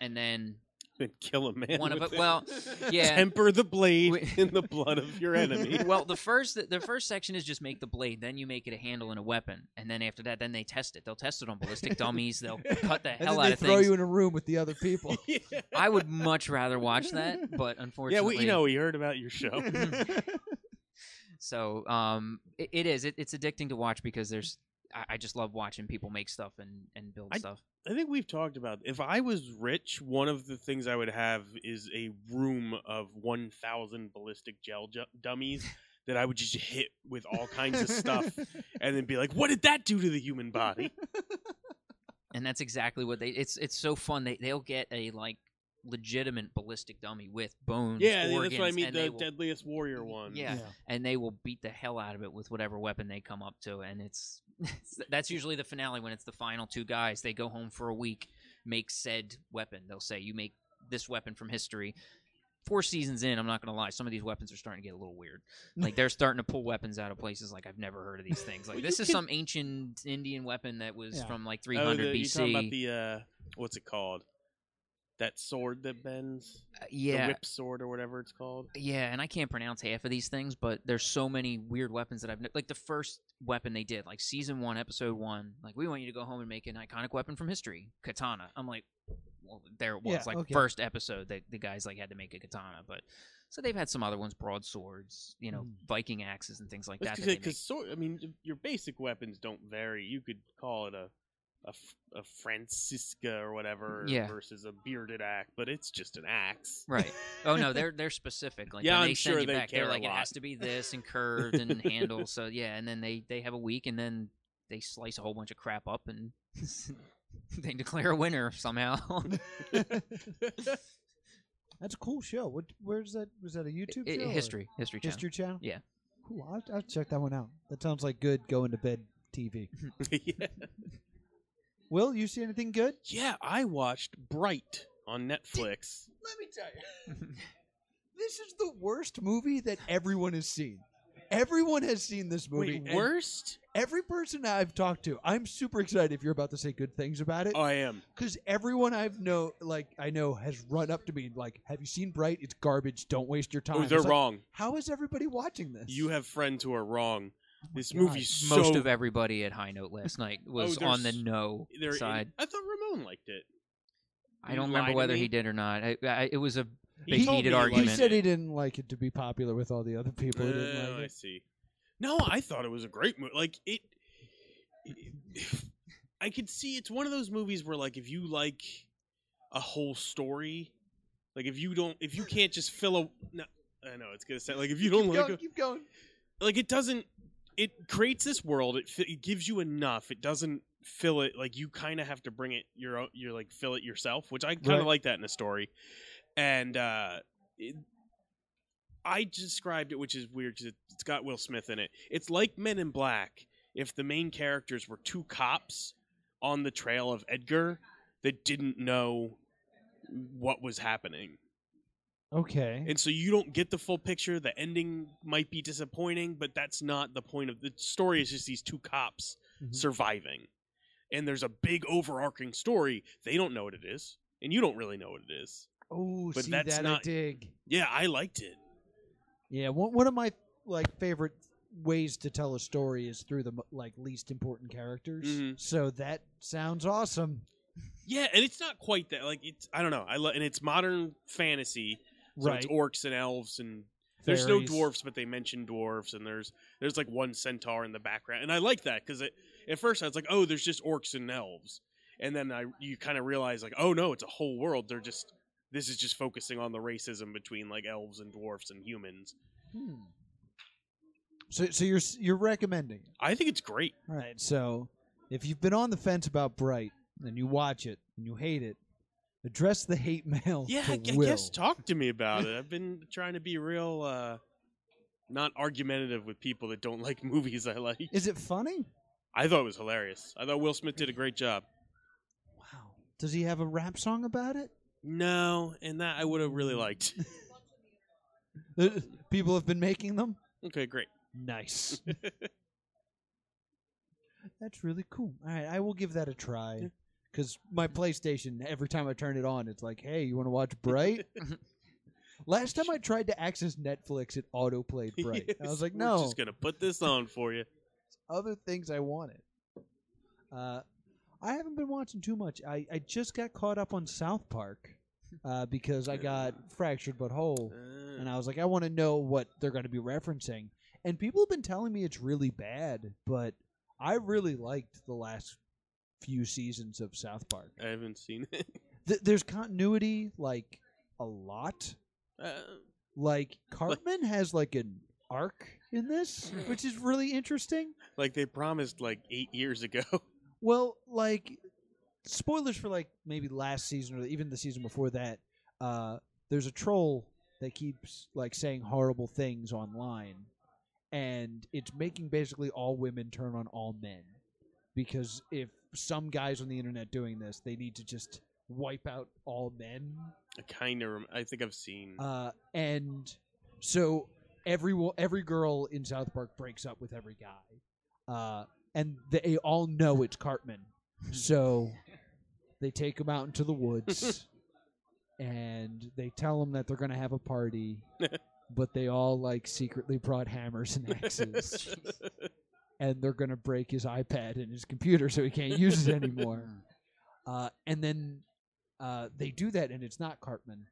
Speaker 3: and then
Speaker 4: [laughs] Then kill a man.
Speaker 3: One of
Speaker 4: with
Speaker 3: it- well, [laughs] yeah.
Speaker 4: Temper the blade
Speaker 3: We-
Speaker 4: in the blood of
Speaker 3: [laughs]
Speaker 4: your enemy. [laughs]
Speaker 3: well, the first the, the first section is just make the blade, then you make it a handle and a weapon, and then after that, then they test it. They'll test it on
Speaker 2: [laughs]
Speaker 3: ballistic dummies. They'll cut the
Speaker 2: and
Speaker 3: hell
Speaker 2: then
Speaker 3: out
Speaker 2: they
Speaker 3: of
Speaker 2: throw
Speaker 3: things.
Speaker 2: you in a room with the other people.
Speaker 3: [laughs]
Speaker 4: yeah.
Speaker 3: I would much rather watch that, but
Speaker 4: yeah,
Speaker 3: unfortunately,
Speaker 4: we you know we heard about your show.
Speaker 3: So, um, it, it is. It, it's addicting to watch because there's. I, I just love watching people make stuff and and build
Speaker 4: I-
Speaker 3: stuff.
Speaker 4: I think we've talked about if I was rich, one of the things I would have is a room of 1,000 ballistic gel ju- dummies that I would just hit with all kinds
Speaker 3: [laughs]
Speaker 4: of stuff
Speaker 2: [laughs]
Speaker 4: and then be like, what did that do to the human body?
Speaker 3: and that's exactly what they it's it's so fun they they'll get a like legitimate ballistic dummy with bones
Speaker 4: yeah,
Speaker 3: organs,
Speaker 4: that's what I mean.
Speaker 3: and, they
Speaker 4: The
Speaker 3: will, Mm,
Speaker 4: deadliest warrior one. Oh,
Speaker 3: Yeah. and they will beat the hell out of it with whatever weapon they come up to and it's, [laughs] that's usually the finale when it's the final two guys they go home for a week make said weapon they'll say you make this weapon from history four seasons in i'm not gonna lie some of these weapons are starting to get a little weird like they're starting to pull weapons out of places like i've never heard of these things like
Speaker 4: Well,
Speaker 3: this
Speaker 4: you
Speaker 3: is
Speaker 4: can-
Speaker 3: some ancient indian weapon that was
Speaker 2: Yeah.
Speaker 3: from like
Speaker 4: Oh,
Speaker 3: 300
Speaker 4: the-
Speaker 3: bc
Speaker 4: You're talking about the, uh, what's it called? That sword that bends?
Speaker 3: Uh,
Speaker 4: The
Speaker 3: yeah
Speaker 4: whip sword or whatever it's called?
Speaker 3: Yeah, and I can't pronounce half of these things, but there's so many weird weapons that I've ne- like the first weapon they did, like season one, episode one, like we want you to go home and make an iconic weapon from history, katana. I'm like, well, there it was,
Speaker 2: Yeah,
Speaker 3: like
Speaker 2: okay.
Speaker 3: first episode that the guys like had to make a katana, but so they've had some other ones, broadswords, you know,
Speaker 2: Mm.
Speaker 3: Viking axes and things like that. that they make.
Speaker 4: Because sword, I mean, y- your basic weapons don't vary. You could call it a a, f- a Francisca or whatever
Speaker 3: Yeah.
Speaker 4: versus a bearded axe, but it's just an
Speaker 3: [laughs]
Speaker 4: axe. [laughs]
Speaker 3: Right. Oh no, they're they're specific. Like
Speaker 4: Yeah,
Speaker 3: when
Speaker 4: I'm
Speaker 3: they send
Speaker 4: sure
Speaker 3: you
Speaker 4: they
Speaker 3: back,
Speaker 4: care
Speaker 3: they're
Speaker 4: a
Speaker 3: like it
Speaker 4: lot.
Speaker 3: has to be this
Speaker 4: [laughs]
Speaker 3: and curved and handle. So yeah, and then they they have a week and then they slice a whole bunch of crap up and [laughs] they declare a winner somehow.
Speaker 2: That's a cool show. What? Where's that? Was that
Speaker 3: [laughs]
Speaker 2: a YouTube
Speaker 3: I- I-
Speaker 2: show? or-
Speaker 3: history, history, channel.
Speaker 2: History Channel.
Speaker 3: Yeah.
Speaker 2: Cool. I'll, I'll check that one out. That sounds like good going to bed
Speaker 3: [laughs]
Speaker 2: TV.
Speaker 4: yeah.
Speaker 2: Will you see anything good?
Speaker 4: yeah, I watched Bright on Netflix.
Speaker 2: Let me tell you, this is the worst movie that everyone has seen. Everyone has seen this movie.
Speaker 4: Wait,
Speaker 2: and
Speaker 4: worst?
Speaker 2: Every person I've talked to, I'm super excited if you're about to say good things about it.
Speaker 4: Oh, I am.
Speaker 2: Because everyone I've know, like I know, has run up to me and like, "Have you seen Bright? It's garbage. Don't waste your time."
Speaker 4: Oh, they're
Speaker 2: It's like,
Speaker 4: wrong.
Speaker 2: How is everybody watching this?
Speaker 4: You have friends who are wrong. This
Speaker 2: God.
Speaker 4: movie's
Speaker 3: [laughs]
Speaker 4: so
Speaker 3: Oh
Speaker 4: Oh,
Speaker 3: Most of everybody at High Note last night was
Speaker 4: they're
Speaker 3: on the
Speaker 4: s-
Speaker 3: no
Speaker 4: they're in-
Speaker 3: side.
Speaker 4: I thought Ramon liked it.
Speaker 3: I don't
Speaker 4: You lied
Speaker 3: remember
Speaker 4: to
Speaker 3: whether
Speaker 4: me.
Speaker 3: he did or not. I, I, it was a
Speaker 4: He
Speaker 3: big
Speaker 4: told
Speaker 3: heated
Speaker 4: me
Speaker 2: he
Speaker 3: argument.
Speaker 2: said he didn't like it to be popular with all the other people who didn't
Speaker 4: Oh,
Speaker 2: like
Speaker 4: I
Speaker 2: it.
Speaker 4: see. No, I thought it was a great movie. Like it, [laughs] I could see it's one of those movies where like if you like a whole story, like if you don't, if you can't just fill a. No, I know it's gonna sound like if you don't
Speaker 2: Keep
Speaker 4: like
Speaker 2: going,
Speaker 4: a-
Speaker 2: keep going.
Speaker 4: like it doesn't. It creates this world. It, fi- it gives you enough. It doesn't fill it. Like you kind of have to bring it your own. You're like fill it yourself, which I kind of
Speaker 2: Right.
Speaker 4: like that in a story. And uh, it, I described it, which is weird because it, it's got Will Smith in it. It's like Men in Black if the main characters were two cops on the trail of Edgar that didn't know what was happening.
Speaker 2: Okay.
Speaker 4: And so you don't get the full picture. The ending might be disappointing, but that's not the point of the story. Is just these two cops
Speaker 2: Mhm.
Speaker 4: surviving, and there's a big overarching story. They don't know what it is, and you don't really know what it is.
Speaker 2: oh,
Speaker 4: but
Speaker 2: see
Speaker 4: that's
Speaker 2: that I
Speaker 4: not-
Speaker 2: dig.
Speaker 4: Yeah, I liked it.
Speaker 2: Yeah, one one of my like favorite ways to tell a story is through the mo- like least important characters.
Speaker 4: Mhm.
Speaker 2: So that sounds awesome.
Speaker 4: Yeah, and it's not quite that. Like it's I don't know. I lo- and it's modern fantasy. So
Speaker 2: right.
Speaker 4: It's orcs and elves and there's no
Speaker 2: Fairies.
Speaker 4: dwarfs, but they mention dwarfs, and there's there's like one centaur in the background, and I like that because at first I was like, oh, there's just orcs and elves, and then I you kind of realize like, oh no, it's a whole world. They're just this is just focusing on the racism between like elves and dwarfs and humans.
Speaker 2: Hmm. So so you're s- you're recommending it.
Speaker 4: I think it's great.
Speaker 2: All right. So if you've been on the fence about Bright and you watch it and you hate it, address Oh, the hate mail.
Speaker 4: Yeah,
Speaker 2: to
Speaker 4: I, g- I
Speaker 2: Will.
Speaker 4: guess talk to me about
Speaker 2: [laughs]
Speaker 4: it. I've been trying to be real, uh not argumentative with people that don't like [laughs] movies I like.
Speaker 2: Is it funny?
Speaker 4: I thought it was hilarious. I thought Will Smith did a great job.
Speaker 2: Wow. Does he have a rap song about it?
Speaker 4: No, and that I would have really
Speaker 2: [laughs]
Speaker 4: liked.
Speaker 2: Uh, People have been making them.
Speaker 4: Okay, great. [laughs]
Speaker 2: Nice. That's really cool. All right, I will give that a try. Because my PlayStation, every time I turn it on, it's like, hey, you want to watch Bright?
Speaker 4: [laughs]
Speaker 2: Last time I tried to access Netflix, it auto played Bright. I
Speaker 4: Yes,
Speaker 2: was like,
Speaker 4: We're
Speaker 2: no,
Speaker 4: just gonna put this on for you.
Speaker 2: other things I wanted. Uh, I haven't been watching too much. I, I just got caught up on South Park uh, because I got fractured but whole [laughs]
Speaker 4: Uh,
Speaker 2: and I was like, I want to know what they're going to be referencing. And people have been telling me it's really bad, but I really liked the last few seasons of South Park.
Speaker 4: I haven't seen
Speaker 2: [laughs]
Speaker 4: it.
Speaker 2: Th- there's continuity, like a lot.
Speaker 4: Uh,
Speaker 2: Like Cartman has like an arc in this, which is really interesting.
Speaker 4: like they promised like eight years ago. [laughs]
Speaker 2: Well, like spoilers for like maybe last season or even the season before that. Uh, there's a troll that keeps like saying horrible things online, and it's making basically all women turn on all men because if some guys on the internet doing this, they need to just wipe out all men.
Speaker 4: I kind of. Rem- I think I've seen. [laughs]
Speaker 2: Uh, and so every wo- every girl in South Park breaks up with every guy, uh, and they all know it's Cartman. So they take him out into the woods, and they tell him that they're going to have a party, but they all like secretly brought hammers and axes, and they're going to break his iPad and his computer so he can't use it anymore. Uh, and then uh, they do that, and it's not Cartman.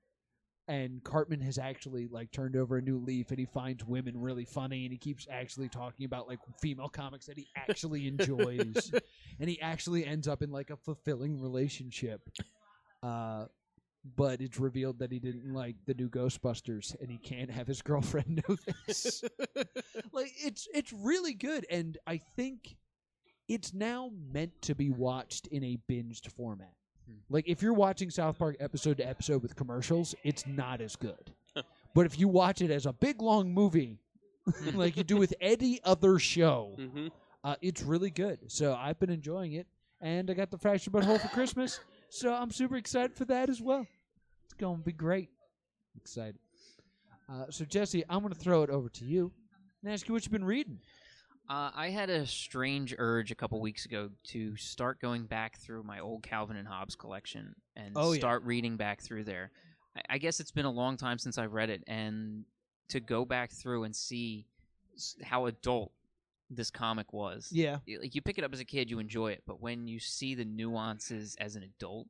Speaker 2: And Cartman has actually like turned over a new leaf, and he finds women really funny, and he keeps actually talking about like female comics that he actually enjoys, and he actually ends up in like a fulfilling relationship. Uh, but it's revealed that he didn't like the new Ghostbusters, and he can't have his girlfriend know this.
Speaker 4: Mm-hmm.
Speaker 2: [laughs] like it's it's really good, and I think it's now meant to be watched in a binged format.
Speaker 3: Hmm.
Speaker 2: Like if you're watching South Park episode to episode with commercials, it's not as good. but if you watch it as a big long movie, [laughs] like you do with any other show,
Speaker 4: Mhm.
Speaker 2: uh, it's really good. So I've been enjoying it, and I got the fractured but whole for Christmas, so I'm super excited for that as well. It's going to be great. Excited. Uh, so Jesse, I'm going to throw it over to you and ask you what you've been reading.
Speaker 3: Uh, I had a strange urge a couple weeks ago to start going back through my old Calvin and Hobbes collection and
Speaker 2: Oh, yeah.
Speaker 3: start reading back through there. I, I guess it's been a long time since I've read it, and to go back through and see s- how adult this comic was.
Speaker 2: Yeah.
Speaker 3: Y- Like you pick it up as a kid, you enjoy it, but when you see the nuances as an adult,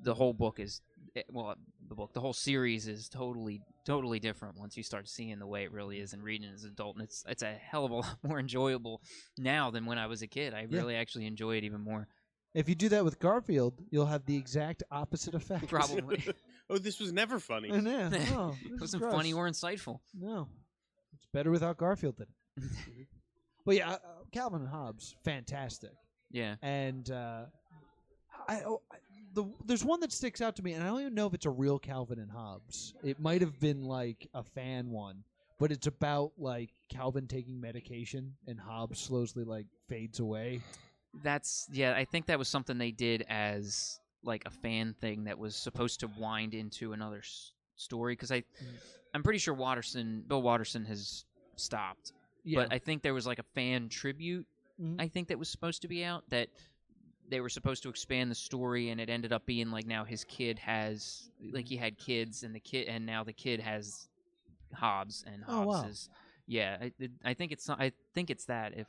Speaker 3: the whole book is eh, well, the book, the whole series is totally, totally different once you start seeing the way it really is and reading it as an adult, and it's it's a hell of a [laughs] lot more enjoyable now than when I was a kid. I
Speaker 2: Yeah.
Speaker 3: really actually enjoy it even more.
Speaker 2: If you do that with Garfield, you'll have the exact opposite effect.
Speaker 3: [laughs]
Speaker 2: [laughs]
Speaker 3: Probably
Speaker 4: [laughs] Oh, this was never funny.
Speaker 2: I know.
Speaker 3: [laughs]
Speaker 2: No, this
Speaker 3: it
Speaker 2: is
Speaker 3: wasn't funny
Speaker 2: gross.
Speaker 3: or insightful.
Speaker 2: No, it's better without Garfield than.
Speaker 3: [laughs]
Speaker 2: well, yeah, uh, uh, Calvin and Hobbes, fantastic,
Speaker 3: Yeah,
Speaker 2: and uh, I, oh, I the there's one that sticks out to me, and I don't even know if it's a real Calvin and Hobbes. It might have been like a fan one, but it's about like Calvin taking medication and Hobbes slowly like fades away.
Speaker 3: that's yeah. I think that was something they did as like a fan thing that was supposed to wind into another s- story because I,
Speaker 2: Mm.
Speaker 3: I'm pretty sure Watterson, Bill Watterson, has stopped.
Speaker 2: Yeah,
Speaker 3: But I think there was like a fan tribute
Speaker 2: Mhm.
Speaker 3: I think that was supposed to be out that they were supposed to expand the story and it ended up being like now his kid has like
Speaker 2: Mm-hmm.
Speaker 3: he had kids and the kid and now the kid has Hobbs and
Speaker 2: Oh,
Speaker 3: Hobbs
Speaker 2: wow.
Speaker 3: is yeah I, it- I think it's not, I think it's that if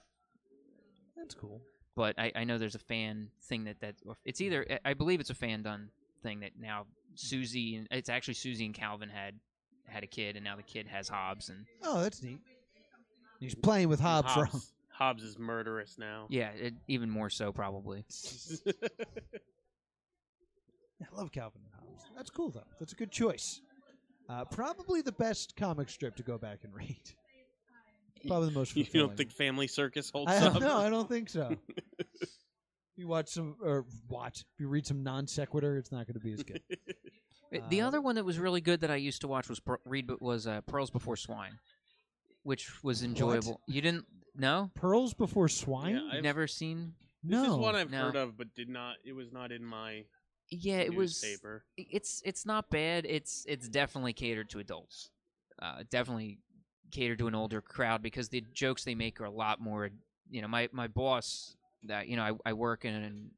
Speaker 2: that's cool.
Speaker 3: but I, I know there's a fan thing that that or it's either I- I believe it's a fan done thing that now Susie and it's actually Susie and Calvin had had a kid and now the kid has Hobbs and
Speaker 2: Oh, that's neat. He's playing with Hobbes,
Speaker 4: Hobbs,
Speaker 2: wrong.
Speaker 4: Hobbs is murderous now.
Speaker 3: yeah it, even more so probably
Speaker 2: [laughs]
Speaker 4: [laughs]
Speaker 2: I love Calvin and Hobbes. That's cool though. That's a good choice. Uh, probably the best comic strip to go back and read. Probably the most.
Speaker 4: you
Speaker 2: Fulfilling.
Speaker 4: don't think Family Circus holds
Speaker 2: I [laughs]
Speaker 4: up?
Speaker 2: don't
Speaker 4: [laughs]
Speaker 2: know. I don't think so. you watch some or watch. If you read some non sequitur, it's not going to be as good.
Speaker 3: Uh, the
Speaker 2: Uh,
Speaker 3: other one that was really good that I used to watch was Pur- read but was uh, Pearls Before Swine, which was enjoyable. You didn't no?
Speaker 2: Pearls before swine.
Speaker 4: Yeah, I've-
Speaker 3: Never seen.
Speaker 2: no.
Speaker 4: This is one I've
Speaker 3: No.
Speaker 4: heard of, but did not. It was not in my
Speaker 3: Yeah, it was.
Speaker 4: newspaper.
Speaker 3: It's it's not bad. It's it's definitely catered to adults. Uh, definitely catered to an older crowd because the jokes they make are a lot more. You know, my my boss that you know I, I work in an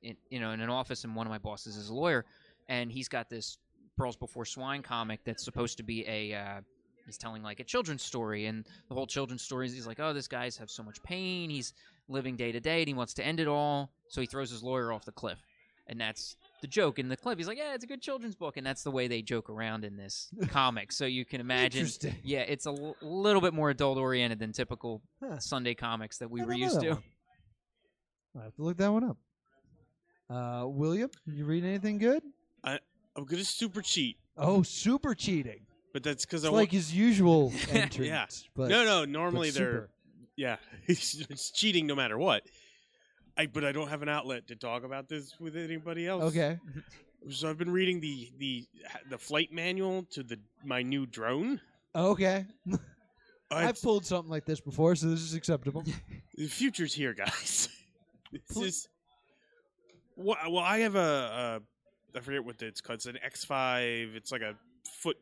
Speaker 3: in, you know in an office and one of my bosses is a lawyer and he's got this Pearls Before Swine comic that's supposed to be a uh, he's telling like a children's story and the whole children's story is he's like oh this guy's have so much pain he's living day to day and he wants to end it all so he throws his lawyer off the cliff and that's the joke in the clip he's like yeah it's a good children's book and that's the way they joke around in this comic so you can imagine
Speaker 2: Interesting.
Speaker 3: yeah it's a l- little bit more adult oriented than typical
Speaker 2: Huh.
Speaker 3: Sunday comics that we
Speaker 2: I
Speaker 3: were
Speaker 2: don't know
Speaker 3: used
Speaker 2: that
Speaker 3: to
Speaker 2: one. I have to look that one up. Uh, William, you read anything good?
Speaker 4: I'm gonna super cheat,
Speaker 2: Oh, super cheating.
Speaker 4: but that's because I
Speaker 2: It's like
Speaker 4: want.
Speaker 2: his usual
Speaker 4: [laughs]
Speaker 2: entrance.
Speaker 4: Yeah.
Speaker 2: But,
Speaker 4: no, no.
Speaker 2: but
Speaker 4: Normally they're
Speaker 2: super.
Speaker 4: yeah. [laughs] it's cheating no matter what. I but I don't have an outlet to talk about this with anybody else.
Speaker 2: Okay.
Speaker 4: So I've been reading the the the flight manual to the my new drone.
Speaker 2: Okay.
Speaker 4: I,
Speaker 2: I've pulled something like this before, so this is
Speaker 4: [laughs]
Speaker 2: acceptable.
Speaker 4: the future's here, guys. [laughs] this
Speaker 2: Pl-
Speaker 4: is well, well. I have a, a I forget what it's called. It's an X five. It's like a foot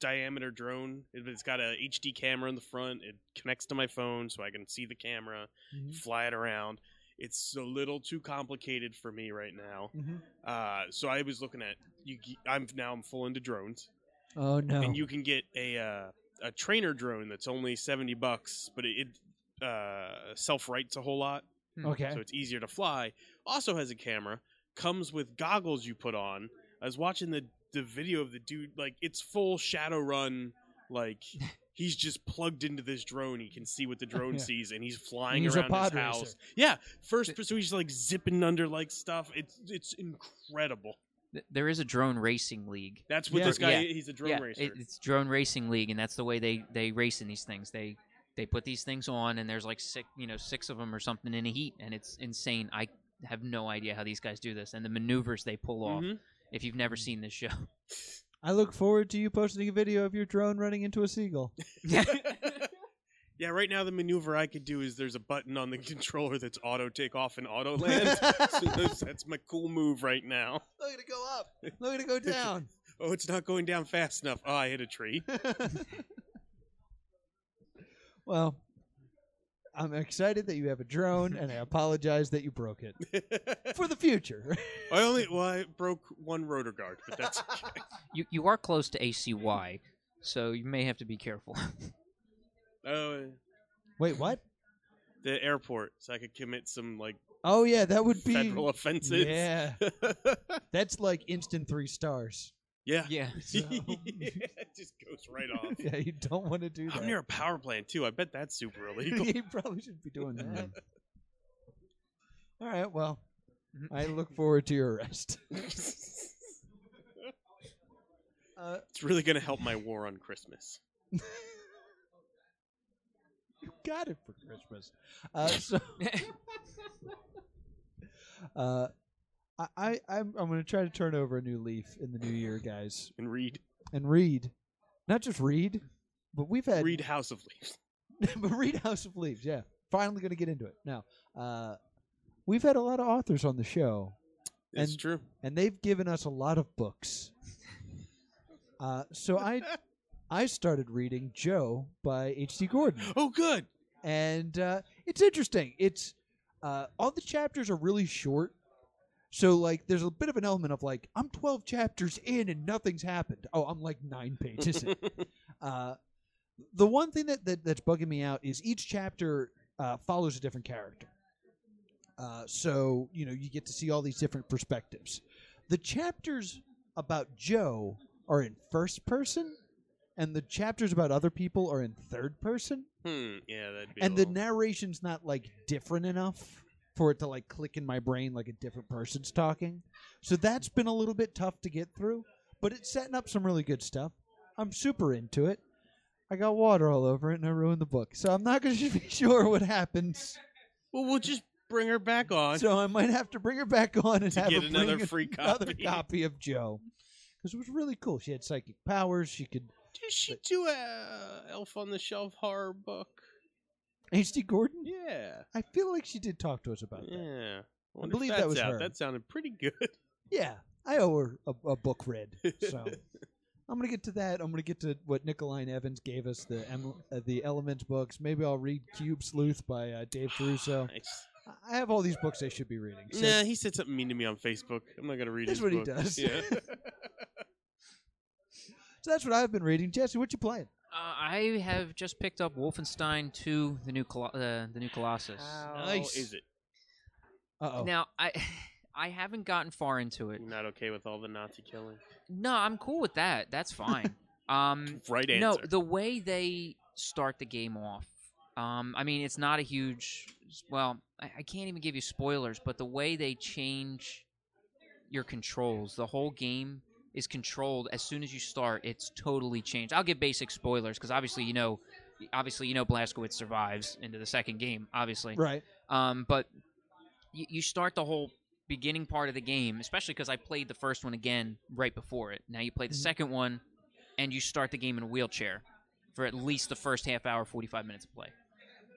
Speaker 4: diameter drone. It- It's got a HD camera in the front. It connects to my phone, so I can see the camera,
Speaker 2: Mhm.
Speaker 4: fly it around. It's a little too complicated for me right now.
Speaker 2: Mhm.
Speaker 4: Uh, so I was looking at you. I'm now I'm full into drones.
Speaker 2: Oh no.
Speaker 4: and you can get a uh, a trainer drone that's only seventy bucks, but it, it uh, self rights a whole lot,
Speaker 2: okay.
Speaker 4: so it's easier to fly. Also has a camera, comes with goggles you put on. I was watching the the video of the dude like it's full shadow run like.
Speaker 2: [laughs]
Speaker 4: He's just plugged into this drone. He can see what the drone
Speaker 2: [laughs] Yeah.
Speaker 4: sees, and he's flying
Speaker 2: He's a
Speaker 4: around his
Speaker 2: pod
Speaker 4: house.
Speaker 2: racer.
Speaker 4: Yeah, first person. So he's like zipping under like stuff. It's it's incredible.
Speaker 3: Th- there is a drone racing league
Speaker 4: That's what
Speaker 2: Yeah.
Speaker 4: this guy.
Speaker 3: Yeah.
Speaker 4: He's a drone
Speaker 3: yeah,
Speaker 4: racer.
Speaker 3: it- it's drone racing league, and that's the way they they race in these things. They they put these things on, and there's like six, you know, six of them or something in a heat, and it's insane. I have no idea how these guys do this, and the maneuvers they pull off.
Speaker 4: Mhm.
Speaker 3: If you've
Speaker 2: Mm-hmm.
Speaker 3: never seen this show, [laughs]
Speaker 2: I look forward to you posting a video of your drone running into
Speaker 4: [laughs]
Speaker 2: a seagull.
Speaker 4: yeah, right now the maneuver I could do is there's a button on the [laughs] controller that's auto take off and
Speaker 2: [laughs]
Speaker 4: auto land. [laughs] so that's, that's my cool move right now.
Speaker 2: Look at it go up. Look at
Speaker 4: [laughs]
Speaker 2: it go down.
Speaker 4: Oh, Ah, it's not going down fast enough. Oh, I hit a tree.
Speaker 2: Well, I'm excited that you have a drone, and I apologize that you
Speaker 4: [laughs]
Speaker 2: broke it for the future.
Speaker 4: [laughs]
Speaker 2: [laughs]
Speaker 4: I only well, I broke one rotor guard, but that's [laughs] okay.
Speaker 3: You you are close to ACY, so you may have to be careful.
Speaker 4: oh,
Speaker 2: Wait, what?
Speaker 4: the airport, so I could commit some like
Speaker 2: Oh yeah, that would be
Speaker 4: federal offenses.
Speaker 2: yeah.
Speaker 4: yeah.
Speaker 2: That's like instant three stars.
Speaker 4: [laughs] yeah.
Speaker 3: [laughs] yeah.
Speaker 2: So,
Speaker 4: [laughs] it just goes right off.
Speaker 2: [laughs] yeah, you don't want to do that.
Speaker 4: Oh. I'm
Speaker 2: [laughs]
Speaker 4: near a power plant too. I bet that's super illegal. [laughs]
Speaker 2: you probably shouldn't be doing
Speaker 4: Mm-hmm.
Speaker 2: that. All right, well,
Speaker 4: Mm-hmm.
Speaker 2: I look forward to your arrest.
Speaker 4: it's
Speaker 2: Uh,
Speaker 4: really gonna help my war on Christmas.
Speaker 2: you [laughs] got it for Christmas. Uh, so uh, I, I, I'm, I'm going to try to turn over a new leaf in the new year, guys,
Speaker 4: And read
Speaker 2: and read. Not just read, but we've had
Speaker 4: read House of Leaves.
Speaker 2: [laughs] but read House of Leaves. Yeah, finally going to get into it now. Uh, we've had a lot of authors on the show,
Speaker 4: It's
Speaker 2: And-
Speaker 4: true.
Speaker 2: and they've given us a lot of books. Uh, so I I started reading Joe by H.T. Gordon,
Speaker 4: oh, good.
Speaker 2: and uh, it's interesting. It's uh, all the chapters are really short, so like there's a bit of an element of like I'm 12 chapters in and nothing's happened. Oh, I'm like nine pages in. Uh, the one thing that, that that's bugging me out is each chapter uh, follows a different character. Uh, so you know you get to see all these different perspectives. The chapters about Joe are in first person, and the chapters about other people are in third person.
Speaker 4: Hmm. Yeah, that'd be. a
Speaker 2: and the
Speaker 4: little-
Speaker 2: narration's not like different enough for it to like click in my brain like a different person's talking. So that's been a little bit tough to get through, but it's setting up some really good stuff. I'm super into it. I got water all over it and I ruined the book. So I'm not going to [laughs] be sure what happens.
Speaker 4: well, we'll just bring her back on.
Speaker 2: So I might have to bring her back on and
Speaker 4: To
Speaker 2: have
Speaker 4: get
Speaker 2: her
Speaker 4: another
Speaker 2: bring
Speaker 4: free
Speaker 2: [laughs] another
Speaker 4: copy.
Speaker 2: copy of Joe. Because it was really cool. She had psychic powers. She could.
Speaker 4: Did she do a Elf on the Shelf horror book?
Speaker 2: H.D. Gordon?
Speaker 4: Yeah.
Speaker 2: I feel like she did talk to us about that.
Speaker 4: Yeah. wonder if
Speaker 2: believe that
Speaker 4: that's
Speaker 2: was
Speaker 4: out.
Speaker 2: her.
Speaker 4: That sounded pretty good. [laughs]
Speaker 2: Yeah, I owe her a, a book read, so I'm gonna get to that. I'm gonna get to what Nicoline Evans gave us the em- uh, the Elements books. Maybe I'll read Cube Sleuth by uh, Dave Caruso.
Speaker 4: Nice.
Speaker 2: I- I have all these books I should be reading. So
Speaker 4: Nah, he said something mean to me on Facebook. I'm not gonna read
Speaker 2: That's
Speaker 4: his
Speaker 2: what he
Speaker 4: book. [laughs]
Speaker 2: does.
Speaker 4: Yeah.
Speaker 2: so that's what I've been reading. Jesse, what you playing?
Speaker 3: Uh, I have just picked up Wolfenstein 2, the new Colo- uh, the new Colossus.
Speaker 4: How
Speaker 2: Nice.
Speaker 4: Is it
Speaker 2: Uh oh.
Speaker 3: Now I [laughs] I haven't gotten far into it.
Speaker 4: You're not okay with all the Nazi killing?
Speaker 3: No, I'm cool with that. That's
Speaker 4: [laughs]
Speaker 3: fine. um,
Speaker 4: Right answer.
Speaker 3: no, the way they start the game off. Um, I mean, it's not a huge. Well, I, I can't even give you spoilers, but the way they change your controls, the whole game is controlled as soon as you start. It's totally changed. I'll give basic spoilers because obviously you know, obviously you know Blazkowicz survives into the second game. Obviously,
Speaker 2: Right.
Speaker 3: um, but you, you start the whole beginning part of the game, especially because I played the first one again right before it. Now you play the
Speaker 2: Mhm.
Speaker 3: second one, and you start the game in a wheelchair for at least the first half hour, forty five minutes of play.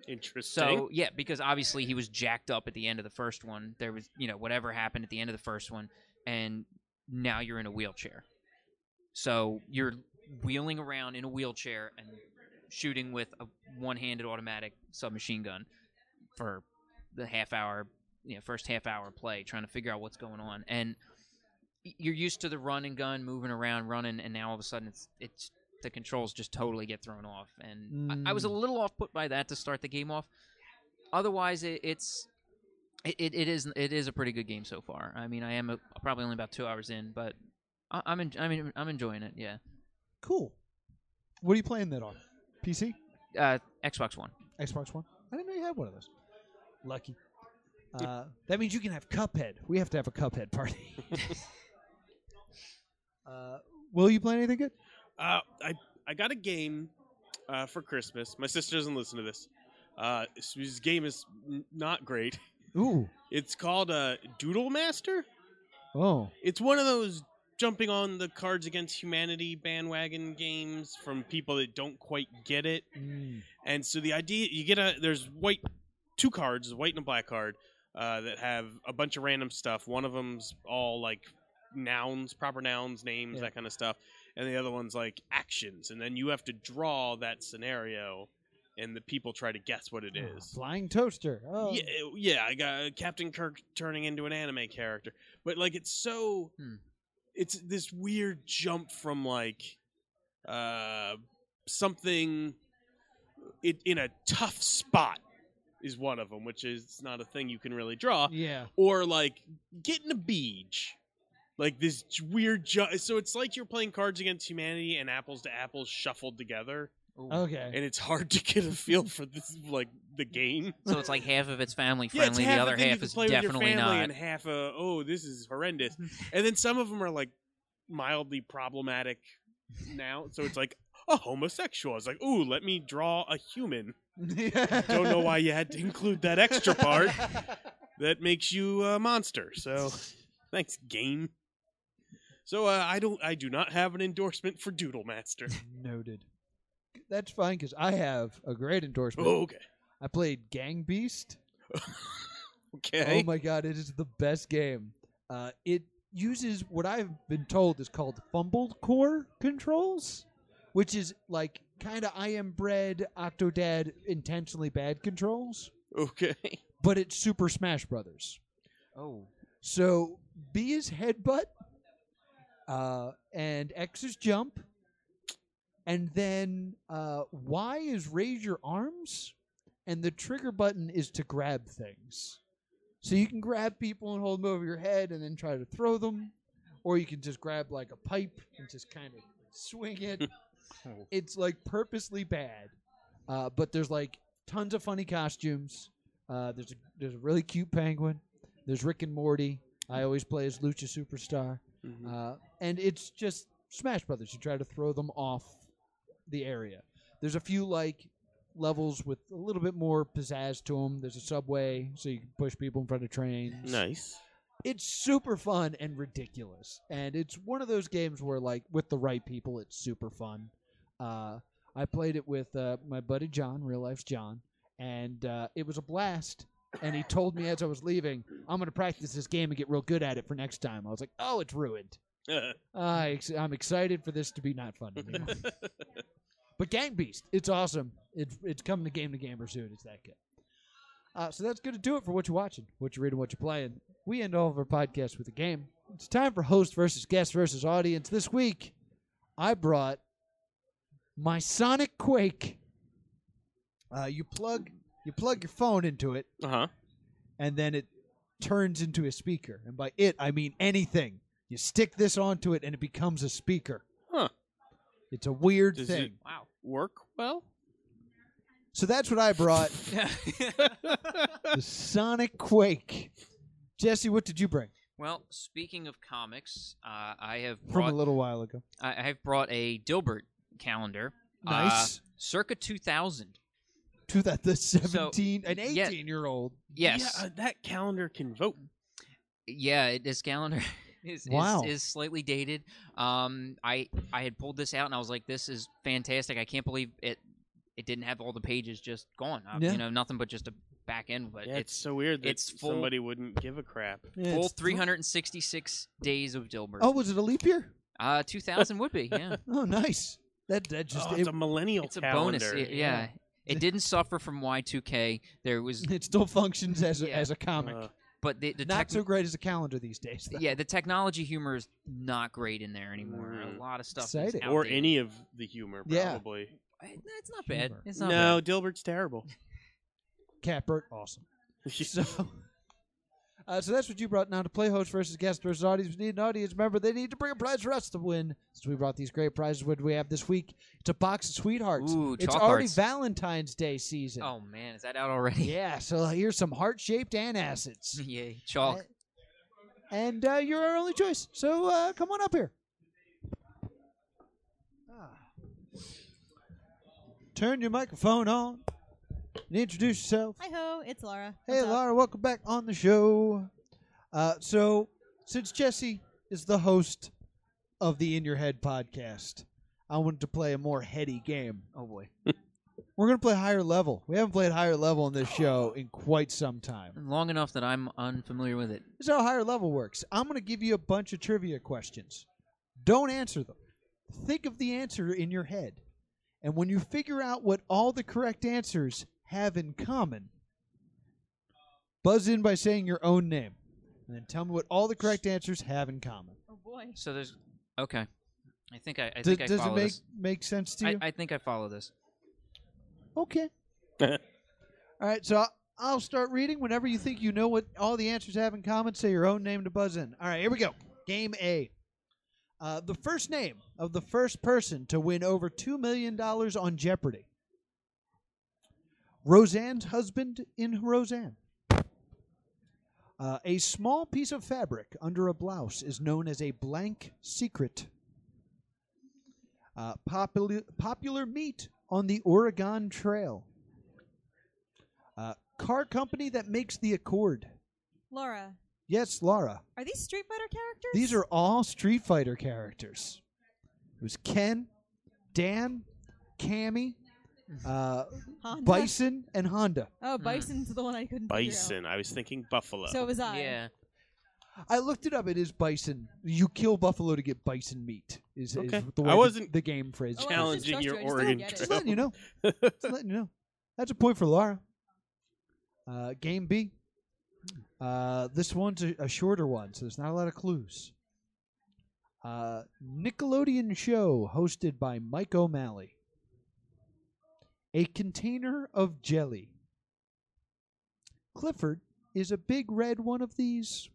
Speaker 4: Interesting.
Speaker 3: So yeah, because obviously he was jacked up at the end of the first one. There was you know whatever happened at the end of the first one, and now you're in a wheelchair. So you're wheeling around in a wheelchair and shooting with a one-handed automatic submachine gun for the half hour, you know, first half hour play, trying to figure out what's going on. And y- you're used to the run and gun, moving around, running, and now all of a sudden it's it's the controls just totally get thrown off. And I, I was a
Speaker 2: Mm.
Speaker 3: little off put by that to start the game off. Otherwise, it, it's it, it, it is it is a pretty good game so far. I mean, I am a, probably only about two hours in, but I, I'm en- I mean I'm enjoying it. Yeah,
Speaker 2: Cool. What are you playing that on? PC,
Speaker 3: uh, Xbox One.
Speaker 2: Xbox One. I didn't know you had one of those. Lucky. Uh, that means you can have Cuphead. We have to have a Cuphead party. [laughs] uh, will you play anything good?
Speaker 4: Uh, I I got a game uh, for Christmas. My sister doesn't listen to this. Uh, this, this game is n- not great.
Speaker 2: Ooh.
Speaker 4: It's called uh, Doodle Master.
Speaker 2: Oh.
Speaker 4: It's one of those jumping on the Cards Against Humanity bandwagon games from people that don't quite get it.
Speaker 2: Mm.
Speaker 4: And so the idea you get a there's white two cards, a white and a black card uh, that have a bunch of random stuff. One of them's all like nouns, proper nouns, names,
Speaker 2: Yeah.
Speaker 4: that kind of stuff, and the other one's like actions. And then you have to draw that scenario and the people try to guess what it
Speaker 2: Ah,
Speaker 4: is.
Speaker 2: Flying toaster. Oh.
Speaker 4: Yeah, uh, yeah, I got Captain Kirk turning into an anime character, but like it's so,
Speaker 3: Hmm.
Speaker 4: it's this weird jump from like, uh, something, it in a tough spot is one of them, which is not a thing you can really draw,
Speaker 2: Yeah.
Speaker 4: or like getting a beach, like this j- weird ju- So it's like you're playing Cards Against Humanity and apples to apples shuffled together,
Speaker 3: Ooh.
Speaker 2: Okay.
Speaker 4: and it's hard to get a feel for this like the game.
Speaker 3: So it's like half of it's family
Speaker 4: [laughs] Yeah, it's
Speaker 3: friendly, the
Speaker 4: half a
Speaker 3: other
Speaker 4: thing you
Speaker 3: half
Speaker 4: can
Speaker 3: is
Speaker 4: play with your
Speaker 3: definitely
Speaker 4: family
Speaker 3: not.
Speaker 4: And half a oh, this is
Speaker 3: [laughs]
Speaker 4: horrendous. and then some of them are like mildly problematic now. So it's like a homosexual. It's like ooh, let me draw a human.
Speaker 2: [laughs]
Speaker 4: Don't know why you had to include that
Speaker 3: [laughs]
Speaker 4: extra part. that makes you a monster. So thanks, game. So uh, I don't, I do not have an endorsement for Doodle
Speaker 3: [laughs]
Speaker 4: Master.
Speaker 2: Noted. That's fine because I have a great endorsement.
Speaker 4: Oh, okay,
Speaker 2: I played Gang Beast.
Speaker 4: okay.
Speaker 2: Oh my god, it is the best game. Uh, it uses what I've been told is called fumbled core controls, which is like kind of I am bread, Octodad intentionally bad controls,
Speaker 4: okay.
Speaker 3: [laughs]
Speaker 2: but it's Super Smash Brothers.
Speaker 3: oh,
Speaker 2: So B is headbutt, uh, and X is jump, and then uh, Y is raise your arms, and the trigger button is to grab things. So you can grab people and hold them over your head and then try to throw them, or you can just grab like a pipe and just kind of swing it. it's like purposely bad, uh, but there's like tons of funny costumes. Uh, there's a, there's a really cute penguin. There's Rick and Morty. I always play as Lucha Superstar.
Speaker 4: Mhm.
Speaker 2: Uh, and it's just Smash Brothers. You try to throw them off the area. There's a few like levels with a little bit more pizzazz to them. There's a subway, so you can push people in front of trains.
Speaker 4: Nice.
Speaker 2: It's super fun and ridiculous, and it's one of those games where like with the right people, it's super fun. Uh, I played it with uh, my buddy John, real life's John, and uh, it was a blast. And he told me as I was leaving, "I'm going to practice this game and get real good at it for next time." I was like, "Oh, it's ruined."
Speaker 4: Uh,
Speaker 2: I ex- I'm excited for this to be not fun anymore. but Gang Beast, it's awesome. It's it's coming to Game to Gamer soon. It's that good. Uh, so that's going to do it for what you're watching, what you're reading, what you're playing. We end all of our podcasts with a game. It's time for host versus guest versus audience. This week, I brought my Sonic Quake. Uh, you plug you plug your phone into it,
Speaker 4: Uh huh.
Speaker 2: and then it turns into a speaker. And by it, I mean anything. You stick this onto it, and it becomes a speaker.
Speaker 4: Huh.
Speaker 2: It's a weird
Speaker 4: Does
Speaker 2: thing.
Speaker 4: it-
Speaker 3: wow.
Speaker 4: Work well.
Speaker 2: So that's what I
Speaker 3: [laughs]
Speaker 2: brought the Sonic Quake. Jesse, what did you bring
Speaker 3: [laughs] well, speaking of comics, uh, I have
Speaker 2: from
Speaker 3: brought
Speaker 2: a little while ago?
Speaker 3: I I have brought a Dilbert calendar, Uh,
Speaker 2: Nice.
Speaker 3: circa 2000.
Speaker 2: to that the seventeen, an
Speaker 3: yeah.
Speaker 2: eighteen year old.
Speaker 3: Yes,
Speaker 4: Yeah, uh, that calendar can vote.
Speaker 3: yeah it, this calendar [laughs] is,
Speaker 2: Wow.
Speaker 3: is is slightly dated um i i had pulled this out and i was like this is fantastic i can't believe it it didn't have all the pages just gone Uh,
Speaker 2: Yeah.
Speaker 3: you know nothing but just a back end but
Speaker 4: Yeah, it's,
Speaker 3: it's
Speaker 4: so weird that
Speaker 3: it's full-
Speaker 4: somebody wouldn't give a crap.
Speaker 3: full 366 days of dilbert
Speaker 2: Oh, was it a leap year?
Speaker 3: uh 2000 would be yeah
Speaker 2: Oh, nice. That that just
Speaker 4: oh,
Speaker 2: it,
Speaker 4: it's a millennial
Speaker 3: it's a
Speaker 4: calendar.
Speaker 3: bonus It- yeah, It didn't suffer from Y2K. There was,
Speaker 2: [laughs] it still functions as a,
Speaker 3: Yeah.
Speaker 2: as a comic.
Speaker 4: Uh,
Speaker 3: but the, the
Speaker 2: Not
Speaker 3: tech-
Speaker 2: so great as a calendar these days. Though.
Speaker 3: yeah, the technology humor is not great in there anymore.
Speaker 4: Mm.
Speaker 3: A lot of stuff is
Speaker 2: Exciting.
Speaker 4: or
Speaker 3: outdated.
Speaker 4: any of the humor,
Speaker 2: Yeah.
Speaker 4: probably.
Speaker 3: Eh, It's not bad.
Speaker 2: Humor.
Speaker 3: It's not bad.
Speaker 4: No, Dilbert's terrible.
Speaker 3: [laughs]
Speaker 2: Catbert, awesome. So, [laughs] uh, so that's what you brought now to play host versus guest versus audience. We need an audience member. They need to bring a prize for us to win. So we brought these great prizes. What do we have this week? It's a box of sweethearts.
Speaker 3: Ooh,
Speaker 2: it's
Speaker 3: chalk
Speaker 2: already
Speaker 3: hearts.
Speaker 2: Valentine's Day season.
Speaker 3: Oh man, is that out already?
Speaker 2: [laughs] Yeah, so here's some heart shaped antacids.
Speaker 3: [laughs] Yay, chalk.
Speaker 2: And uh, you're our only choice. So uh, come on up here. Ah. Turn your microphone on and introduce yourself.
Speaker 5: Hi ho, it's Laura.
Speaker 2: Hey,
Speaker 5: What's up?
Speaker 2: Laura, welcome back on the show. Uh, so, since Jesse is the host of the In Your Head podcast, I wanted to play a more heady game.
Speaker 3: Oh boy.
Speaker 2: [laughs] We're going to play higher level. We haven't played higher level on this show in quite some time.
Speaker 3: Long enough that I'm unfamiliar with it.
Speaker 2: This is how higher level works. I'm going to give you a bunch of trivia questions. Don't answer them. Think of the answer in your head. And when you figure out what all the correct answers have in common, buzz in by saying your own name. And then tell me what all the correct answers have in common.
Speaker 5: Oh boy.
Speaker 3: So there's okay. I think I, I
Speaker 2: Does-
Speaker 3: think I
Speaker 2: does it
Speaker 3: follow
Speaker 2: make,
Speaker 3: this.
Speaker 2: make sense to you?
Speaker 3: I, I think I follow this.
Speaker 2: Okay. all right, so I'll- I'll start reading. Whenever you think you know what all the answers have in common, say your own name to buzz in. All right, here we go. Game A. Uh, the first name of the first person to win over $2 million on Jeopardy. Roseanne's husband in Roseanne. Uh, a small piece of fabric under a blouse is known as a blank secret. Uh, popular, popular meat on the Oregon Trail. Uh, car company that makes the Accord.
Speaker 5: Laura,
Speaker 2: Yes, Laura.
Speaker 5: are these Street Fighter characters?
Speaker 2: These are all Street Fighter characters. It was Ken, Dan, Cammy, uh,
Speaker 5: [laughs] Honda?
Speaker 2: Bison, and Honda.
Speaker 5: Oh,
Speaker 3: Hmm.
Speaker 5: Bison's the one I couldn't figure
Speaker 4: [laughs]
Speaker 5: out.
Speaker 4: Bison. I was thinking buffalo.
Speaker 5: So was I.
Speaker 3: Yeah.
Speaker 2: I looked it up. It is bison. You kill buffalo to get bison meat. Is, is
Speaker 4: Okay.
Speaker 2: the
Speaker 4: I
Speaker 2: way the-
Speaker 4: wasn't-
Speaker 2: the game phrase.
Speaker 5: Oh, I
Speaker 2: is.
Speaker 5: was
Speaker 4: challenging
Speaker 5: just
Speaker 4: your Oregon
Speaker 5: frustrated. I
Speaker 2: Just
Speaker 5: just
Speaker 4: Trail.
Speaker 2: letting
Speaker 5: don't
Speaker 2: you know. Just letting you know. That's a point for Laura. Uh, game B. Uh, this one's a, a shorter one, so there's not a lot of clues. Uh, Nickelodeon show hosted by Mike O'Malley. A container of jelly. Clifford is a big red one of these.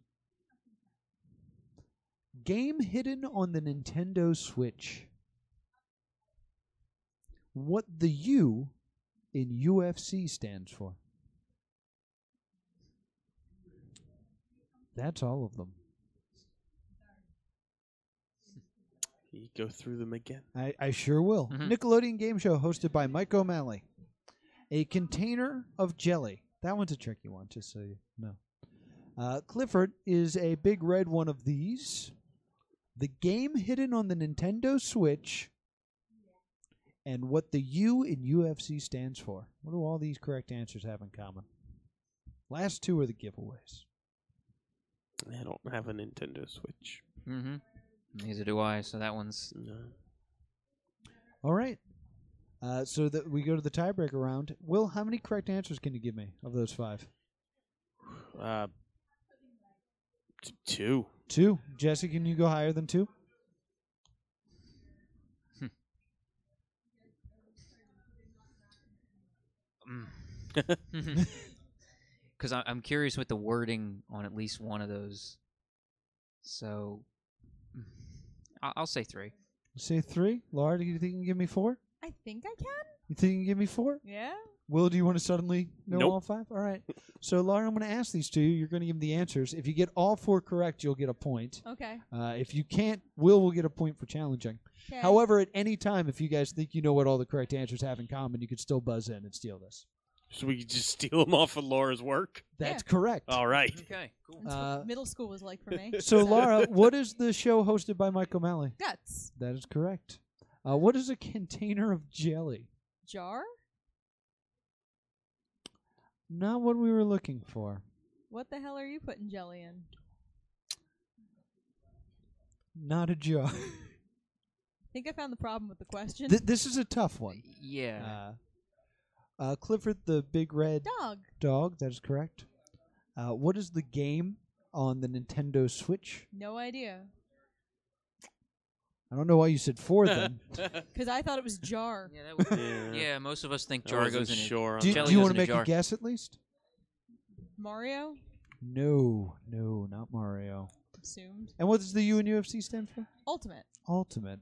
Speaker 2: Game hidden on the Nintendo Switch what the U in UFC stands for. That's all of them.
Speaker 4: You go through them again.
Speaker 2: I, I sure will.
Speaker 3: Mhm.
Speaker 2: Nickelodeon game show hosted by Mike O'Malley. A container of jelly. That one's a tricky one, just so you know. Uh, Clifford is a big red one of these. The game hidden on the Nintendo Switch. And what the U in UFC stands for. What do all these correct answers have in common? Last two are the giveaways.
Speaker 4: I don't have a Nintendo Switch.
Speaker 3: Mm-hmm. Neither do I. So that one's
Speaker 4: No.
Speaker 2: All right. Uh, so that we go to the tiebreaker round. Will, how many correct answers can you give me of those five?
Speaker 4: Uh, t- two.
Speaker 2: Two. Jesse, can you go higher than two?
Speaker 3: Mm. [laughs] because Mm-hmm. I'm curious with the wording on at least one of those. So mm, I- I'll say three.
Speaker 2: Say three. Laura, do you think you can give me four?
Speaker 5: I think I can.
Speaker 2: You think you can give me four?
Speaker 5: Yeah.
Speaker 2: Will, do you want to suddenly know
Speaker 4: Nope.
Speaker 2: all five? All right. So, Laura, I'm going to ask these to you. You're going to give them the answers. If you get all four correct, you'll get a point.
Speaker 5: Okay.
Speaker 2: Uh, if you can't, Will will get a point for challenging.
Speaker 5: 'Kay.
Speaker 2: However, at any time, if you guys think you know what all the correct answers have in common, you could still buzz in and steal this.
Speaker 4: So we could just [laughs] steal them off of Laura's work.
Speaker 2: That's
Speaker 5: Yeah.
Speaker 2: correct.
Speaker 4: All right.
Speaker 3: Okay. Cool.
Speaker 5: That's what
Speaker 2: uh,
Speaker 5: middle school was like for me.
Speaker 2: [laughs] So, Laura, what is the show hosted by Mike O'Malley?
Speaker 5: guts
Speaker 2: That is correct. Uh, what is a container of jelly?
Speaker 5: jar.
Speaker 2: Not what we were looking for.
Speaker 5: What the hell are you putting jelly in?
Speaker 2: Not a jar.
Speaker 5: I think I found the problem with the question.
Speaker 2: Th- this is a tough one.
Speaker 3: Yeah.
Speaker 2: Uh, uh, Clifford the Big Red
Speaker 5: Dog.
Speaker 2: Dog, that is correct. Uh, what is the game on the Nintendo Switch?
Speaker 5: No idea.
Speaker 2: I don't know why you said four then.
Speaker 5: Because I thought it was jar.
Speaker 3: yeah, that would,
Speaker 4: Yeah.
Speaker 3: yeah. Most of us think
Speaker 4: I
Speaker 3: jar
Speaker 4: wasn't
Speaker 3: goes in. a-
Speaker 4: sure. on
Speaker 2: do,
Speaker 4: that.
Speaker 3: Jelly
Speaker 2: do you
Speaker 3: goes
Speaker 2: want
Speaker 3: in
Speaker 2: to
Speaker 3: a
Speaker 2: make
Speaker 3: jar.
Speaker 2: a guess at least?
Speaker 5: Mario.
Speaker 2: No, no, not Mario.
Speaker 5: Assumed.
Speaker 2: And what does the U in UFC stand for?
Speaker 5: Ultimate.
Speaker 2: Ultimate.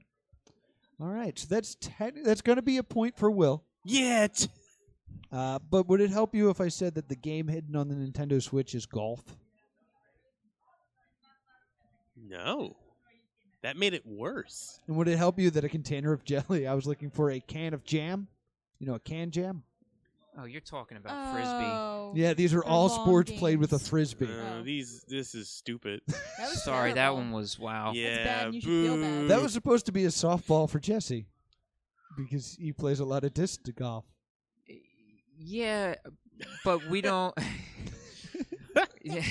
Speaker 2: All right, so that's techni- that's going to be a point for Will.
Speaker 4: Yeah. T-
Speaker 2: Uh, but would it help you if I said that the game hidden on the Nintendo Switch is golf?
Speaker 4: no. That made it worse.
Speaker 2: And would it help you that a container of jelly? I was looking for a can of jam. You know, a can jam.
Speaker 3: Oh, you're talking about frisbee.
Speaker 5: Oh.
Speaker 2: Yeah, these are
Speaker 5: They're
Speaker 2: all
Speaker 5: long
Speaker 2: sports played with a
Speaker 5: games.
Speaker 2: frisbee.
Speaker 4: Uh,
Speaker 5: Oh.
Speaker 4: these. This is stupid.
Speaker 5: That was
Speaker 3: Sorry, that
Speaker 5: terrible.
Speaker 3: one was wow.
Speaker 4: yeah.
Speaker 5: bad and you should feel
Speaker 4: boo.
Speaker 5: bad.
Speaker 2: that was supposed to be a softball for Jesse because he plays a lot of disc golf.
Speaker 3: Yeah, but
Speaker 4: [laughs]
Speaker 3: [laughs] we don't. yeah.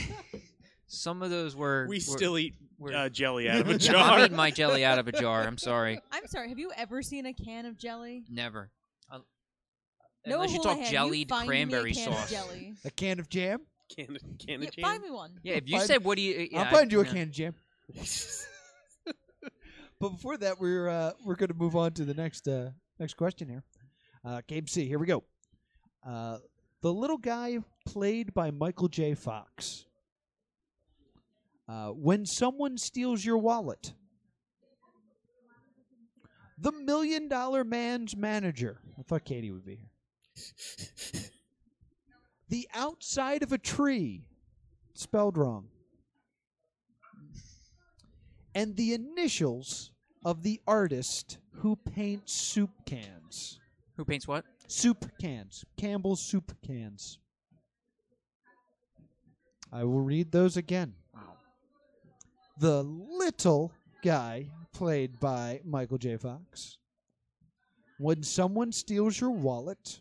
Speaker 3: Some of those were.
Speaker 4: We
Speaker 3: were-
Speaker 4: still eat
Speaker 3: [laughs] We're,
Speaker 4: uh,
Speaker 2: [laughs]
Speaker 4: jelly out of a
Speaker 3: I
Speaker 4: jar.
Speaker 3: made my jelly out of a jar. I'm sorry.
Speaker 5: I'm sorry. Have you ever seen a can of jelly?
Speaker 3: Never. Uh,
Speaker 5: No
Speaker 3: unless you talk
Speaker 5: Houlihan,
Speaker 3: jellied
Speaker 5: find me a
Speaker 3: cranberry
Speaker 5: can of
Speaker 3: sauce.
Speaker 5: jelly.
Speaker 2: A can of jam?
Speaker 5: [laughs]
Speaker 4: can of, can
Speaker 5: Yeah,
Speaker 4: of jam.
Speaker 5: find me one.
Speaker 3: Yeah, if you
Speaker 2: Find-
Speaker 3: said what do you? yeah, I-
Speaker 2: I'll find you a
Speaker 3: yeah.
Speaker 2: can of jam. [laughs] But before that, we're uh, we're going to move on to the next uh, next question here. Uh, game C. Here we go. Uh, the little guy played by Michael J. Fox. Uh, when someone steals your wallet, the Million Dollar Man's manager. I thought Katie would be here. [laughs] The outside of a tree, spelled wrong, and the initials of the artist who paints soup cans.
Speaker 3: Who paints what?
Speaker 2: Soup cans. Campbell's soup cans. I will read those again.
Speaker 3: Wow.
Speaker 2: The little guy, played by Michael J. Fox. When someone steals your wallet,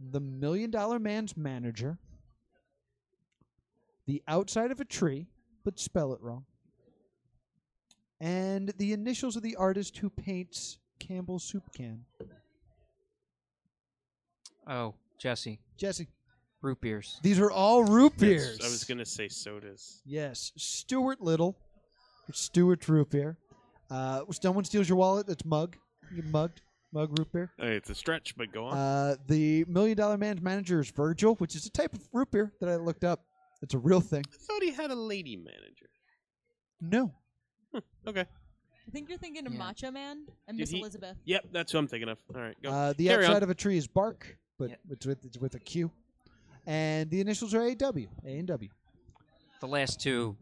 Speaker 2: the million dollar man's manager, the outside of a tree, but spell it wrong, and the initials of the artist who paints Campbell's soup can.
Speaker 3: Oh, Jesse.
Speaker 2: Jesse.
Speaker 3: Root beers.
Speaker 2: These are all root beers.
Speaker 4: Yes, I was gonna say sodas.
Speaker 2: Yes, Stuart Little, Stuart root beer. Uh, someone steals your wallet. That's mug. You mugged. Mug root beer.
Speaker 4: Hey, it's a stretch, but go on.
Speaker 2: Uh, the Million Dollar Man's manager is Virgil, which is a type of root beer that I looked up. It's a real thing.
Speaker 4: I thought he had a lady manager.
Speaker 2: No,
Speaker 4: Okay.
Speaker 5: I think you're thinking of
Speaker 3: Yeah.
Speaker 5: Macho Man and
Speaker 4: Did
Speaker 5: Miss
Speaker 4: he-
Speaker 5: Elizabeth.
Speaker 4: Yep, that's what I'm thinking of. All right, go.
Speaker 2: uh, the
Speaker 4: Carry
Speaker 2: outside
Speaker 4: on.
Speaker 2: of a tree is bark, but
Speaker 3: Yeah.
Speaker 2: it's with it's with a Q, and the initials are A W. A and W.
Speaker 3: The last two.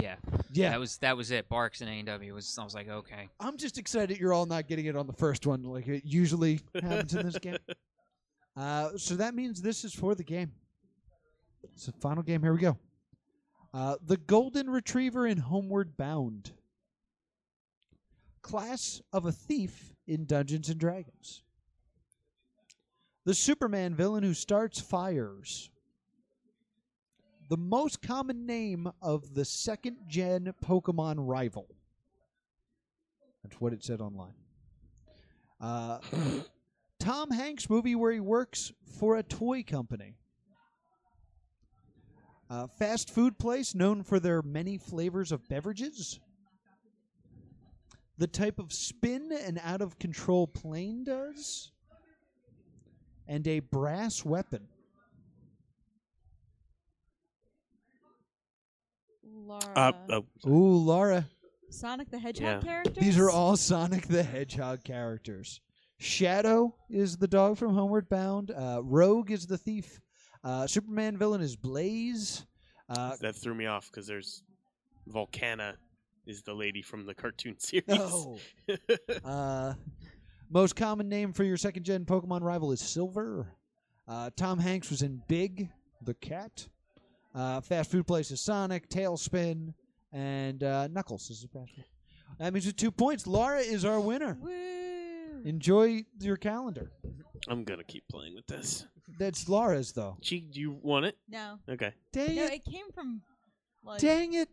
Speaker 3: Yeah.
Speaker 2: Yeah,
Speaker 3: That was that was it. Barks and A and W was. I was like, okay.
Speaker 2: I'm just excited you're all not getting it on the first one, like it usually happens in this game. Uh, so that means this is for the game. It's the final game. Here we go. Uh, the Golden Retriever in Homeward Bound. Class of a Thief in Dungeons and Dragons. The Superman villain who starts fires. The most common name of the second gen Pokemon rival. That's what it said online. [laughs] Uh, Tom Hanks movie where he works for a toy company. Uh, fast food place known for their many flavors of beverages. The type of spin an out of control plane does. And a brass weapon.
Speaker 5: Laura.
Speaker 4: Uh, oh,
Speaker 2: Ooh, Laura.
Speaker 5: Sonic the Hedgehog
Speaker 4: Yeah.
Speaker 5: characters.
Speaker 2: These are all Sonic the Hedgehog characters. Shadow is the dog from Homeward Bound. Uh, Rogue is the thief. Uh, Superman villain is Blaze.
Speaker 4: [laughs]
Speaker 2: Uh,
Speaker 4: that threw me off because there's Volcana is the lady from the cartoon [laughs] series.
Speaker 2: no. oh. uh, most common name for your second gen Pokemon rival is Silver. Uh, Tom Hanks was in Big, the cat. Uh, fast food place is Sonic, Tailspin, and uh, Knuckles is the fast food. That means with two points, Laura is our winner.
Speaker 5: Woo.
Speaker 2: Enjoy your calendar.
Speaker 4: I'm gonna keep playing with this.
Speaker 2: That's Laura's though.
Speaker 4: Gee, do you want it?
Speaker 5: No.
Speaker 4: Okay.
Speaker 2: Dang
Speaker 5: No,
Speaker 2: it!
Speaker 5: it came from. Like,
Speaker 2: Dang it!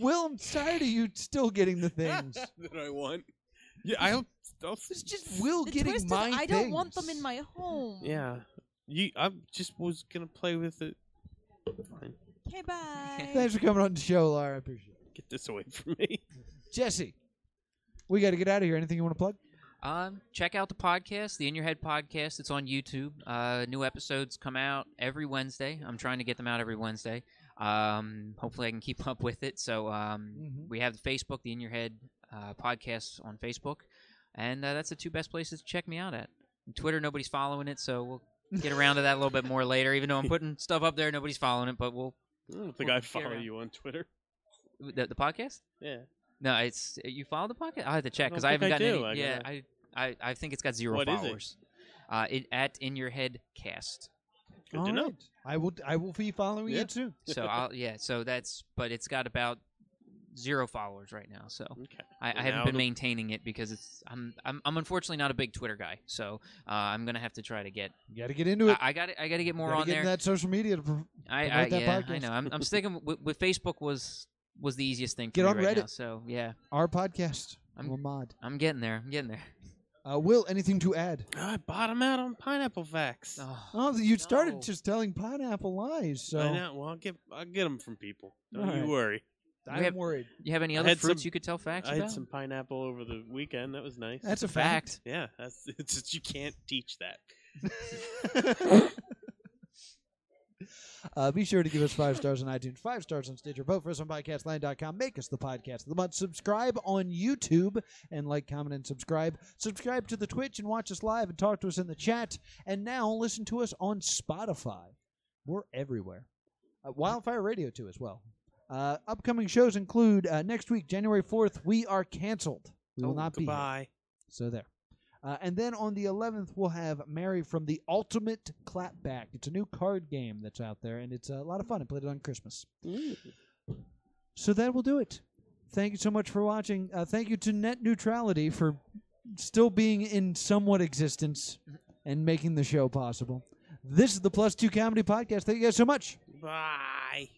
Speaker 2: Will, I'm tired of you still getting the
Speaker 5: [laughs]
Speaker 2: things.
Speaker 4: [laughs] that I want. Yeah, I'll. I'll
Speaker 2: It's just Will
Speaker 5: the
Speaker 2: getting
Speaker 5: twist is
Speaker 2: my
Speaker 5: I don't want them
Speaker 2: things.
Speaker 5: in my home.
Speaker 2: Um,
Speaker 4: yeah. You, I just was gonna play with it.
Speaker 5: Okay, bye.
Speaker 2: Thanks for coming on the show, Laura. I appreciate it.
Speaker 4: Get this away [laughs] from me.
Speaker 2: Jesse, we got to get out of here. Anything you want to plug?
Speaker 3: Um, check out the podcast, the In Your Head podcast. It's on YouTube. Uh, new episodes come out every Wednesday. I'm trying to get them out every Wednesday. Um, hopefully I can keep [laughs] up with it. So, um,
Speaker 2: Mhm.
Speaker 3: we have the Facebook, the In Your Head uh, podcast on Facebook, and uh, that's the two best places to check me out at. Twitter, nobody's following it, so we'll get around to that a little bit more later. Even though I'm putting stuff up there, nobody's following it, but we'll
Speaker 4: I don't think
Speaker 3: Well,
Speaker 4: I
Speaker 3: get
Speaker 4: follow
Speaker 3: around.
Speaker 4: you on Twitter.
Speaker 3: the, the podcast.
Speaker 4: Yeah.
Speaker 3: No, it's you follow the podcast. I have to check
Speaker 4: I
Speaker 3: because
Speaker 4: don't
Speaker 3: I
Speaker 4: think
Speaker 3: haven't
Speaker 4: I
Speaker 3: gotten
Speaker 4: do. I
Speaker 3: any. yeah, I, I I think it's got zero
Speaker 4: What is it?
Speaker 3: followers. Uh, it at in your head cast.
Speaker 4: Good
Speaker 2: All
Speaker 4: to know.
Speaker 2: right. I will. I will be following
Speaker 4: Yeah.
Speaker 2: you soon.
Speaker 4: [laughs]
Speaker 3: So I'll, yeah, so that's but it's got about zero followers right now. So
Speaker 4: Okay.
Speaker 3: I, I
Speaker 4: Well, now
Speaker 3: haven't been
Speaker 4: it'll-
Speaker 3: maintaining it because it's I'm I'm, I'm unfortunately not a big Twitter guy. So uh, I'm gonna have to try to get.
Speaker 2: You got to get into it.
Speaker 3: I, I got I got to get more
Speaker 2: Gotta
Speaker 3: on
Speaker 2: get in
Speaker 3: there.
Speaker 2: that social media. To pr-
Speaker 3: I, I
Speaker 2: promote that
Speaker 3: yeah
Speaker 2: podcast.
Speaker 3: I know. I'm I'm sticking with, with Facebook was was the easiest thing. For
Speaker 2: Get
Speaker 3: me
Speaker 2: on
Speaker 3: right Now,
Speaker 2: Reddit.
Speaker 3: so yeah,
Speaker 2: Our podcast.
Speaker 3: I'm-
Speaker 2: I'm a mod.
Speaker 3: I'm getting there. I'm getting there.
Speaker 2: Uh, Will, anything to add?
Speaker 4: Oh, I bottom out on pineapple facts.
Speaker 3: Oh,
Speaker 2: Oh, you started
Speaker 3: No.
Speaker 2: just telling pineapple lies, so
Speaker 4: I know. Well, I'll get I'll get them from people. Don't
Speaker 2: All
Speaker 4: you
Speaker 2: right.
Speaker 4: worry.
Speaker 2: I'm
Speaker 3: have-
Speaker 2: worried.
Speaker 3: you have any
Speaker 4: I
Speaker 3: other
Speaker 4: had
Speaker 3: fruits
Speaker 4: some-
Speaker 3: you could tell facts
Speaker 4: I
Speaker 3: about?
Speaker 4: had some pineapple over the weekend. That was nice.
Speaker 2: That's a fact.
Speaker 3: fact.
Speaker 4: yeah, that's [laughs] it's just, you can't teach that. [laughs]
Speaker 2: Uh, be sure to give us five stars on iTunes, five stars on Stitcher, vote for us on podcastline.com, make us the podcast of the month, subscribe on YouTube, and like, comment, and subscribe. Subscribe to the Twitch and watch us live and talk to us in the chat. And now listen to us on Spotify. We're everywhere. Uh, Wildfire Radio, too, as well. Uh, upcoming shows include uh, next week, January 4th, we are canceled. We [laughs] will
Speaker 4: Oh,
Speaker 2: not be here.
Speaker 4: goodbye.
Speaker 2: So there. Uh, and then on the 11th, we'll have Mary from the Ultimate Clapback. It's a new card game that's out there, and it's a lot of fun. I played it on Christmas. So that will do it. Thank you so much for watching. Uh, thank you to Net Neutrality for still being in somewhat existence and making the show possible. This is the Plus Two Comedy Podcast. Thank you guys so much.
Speaker 4: Bye.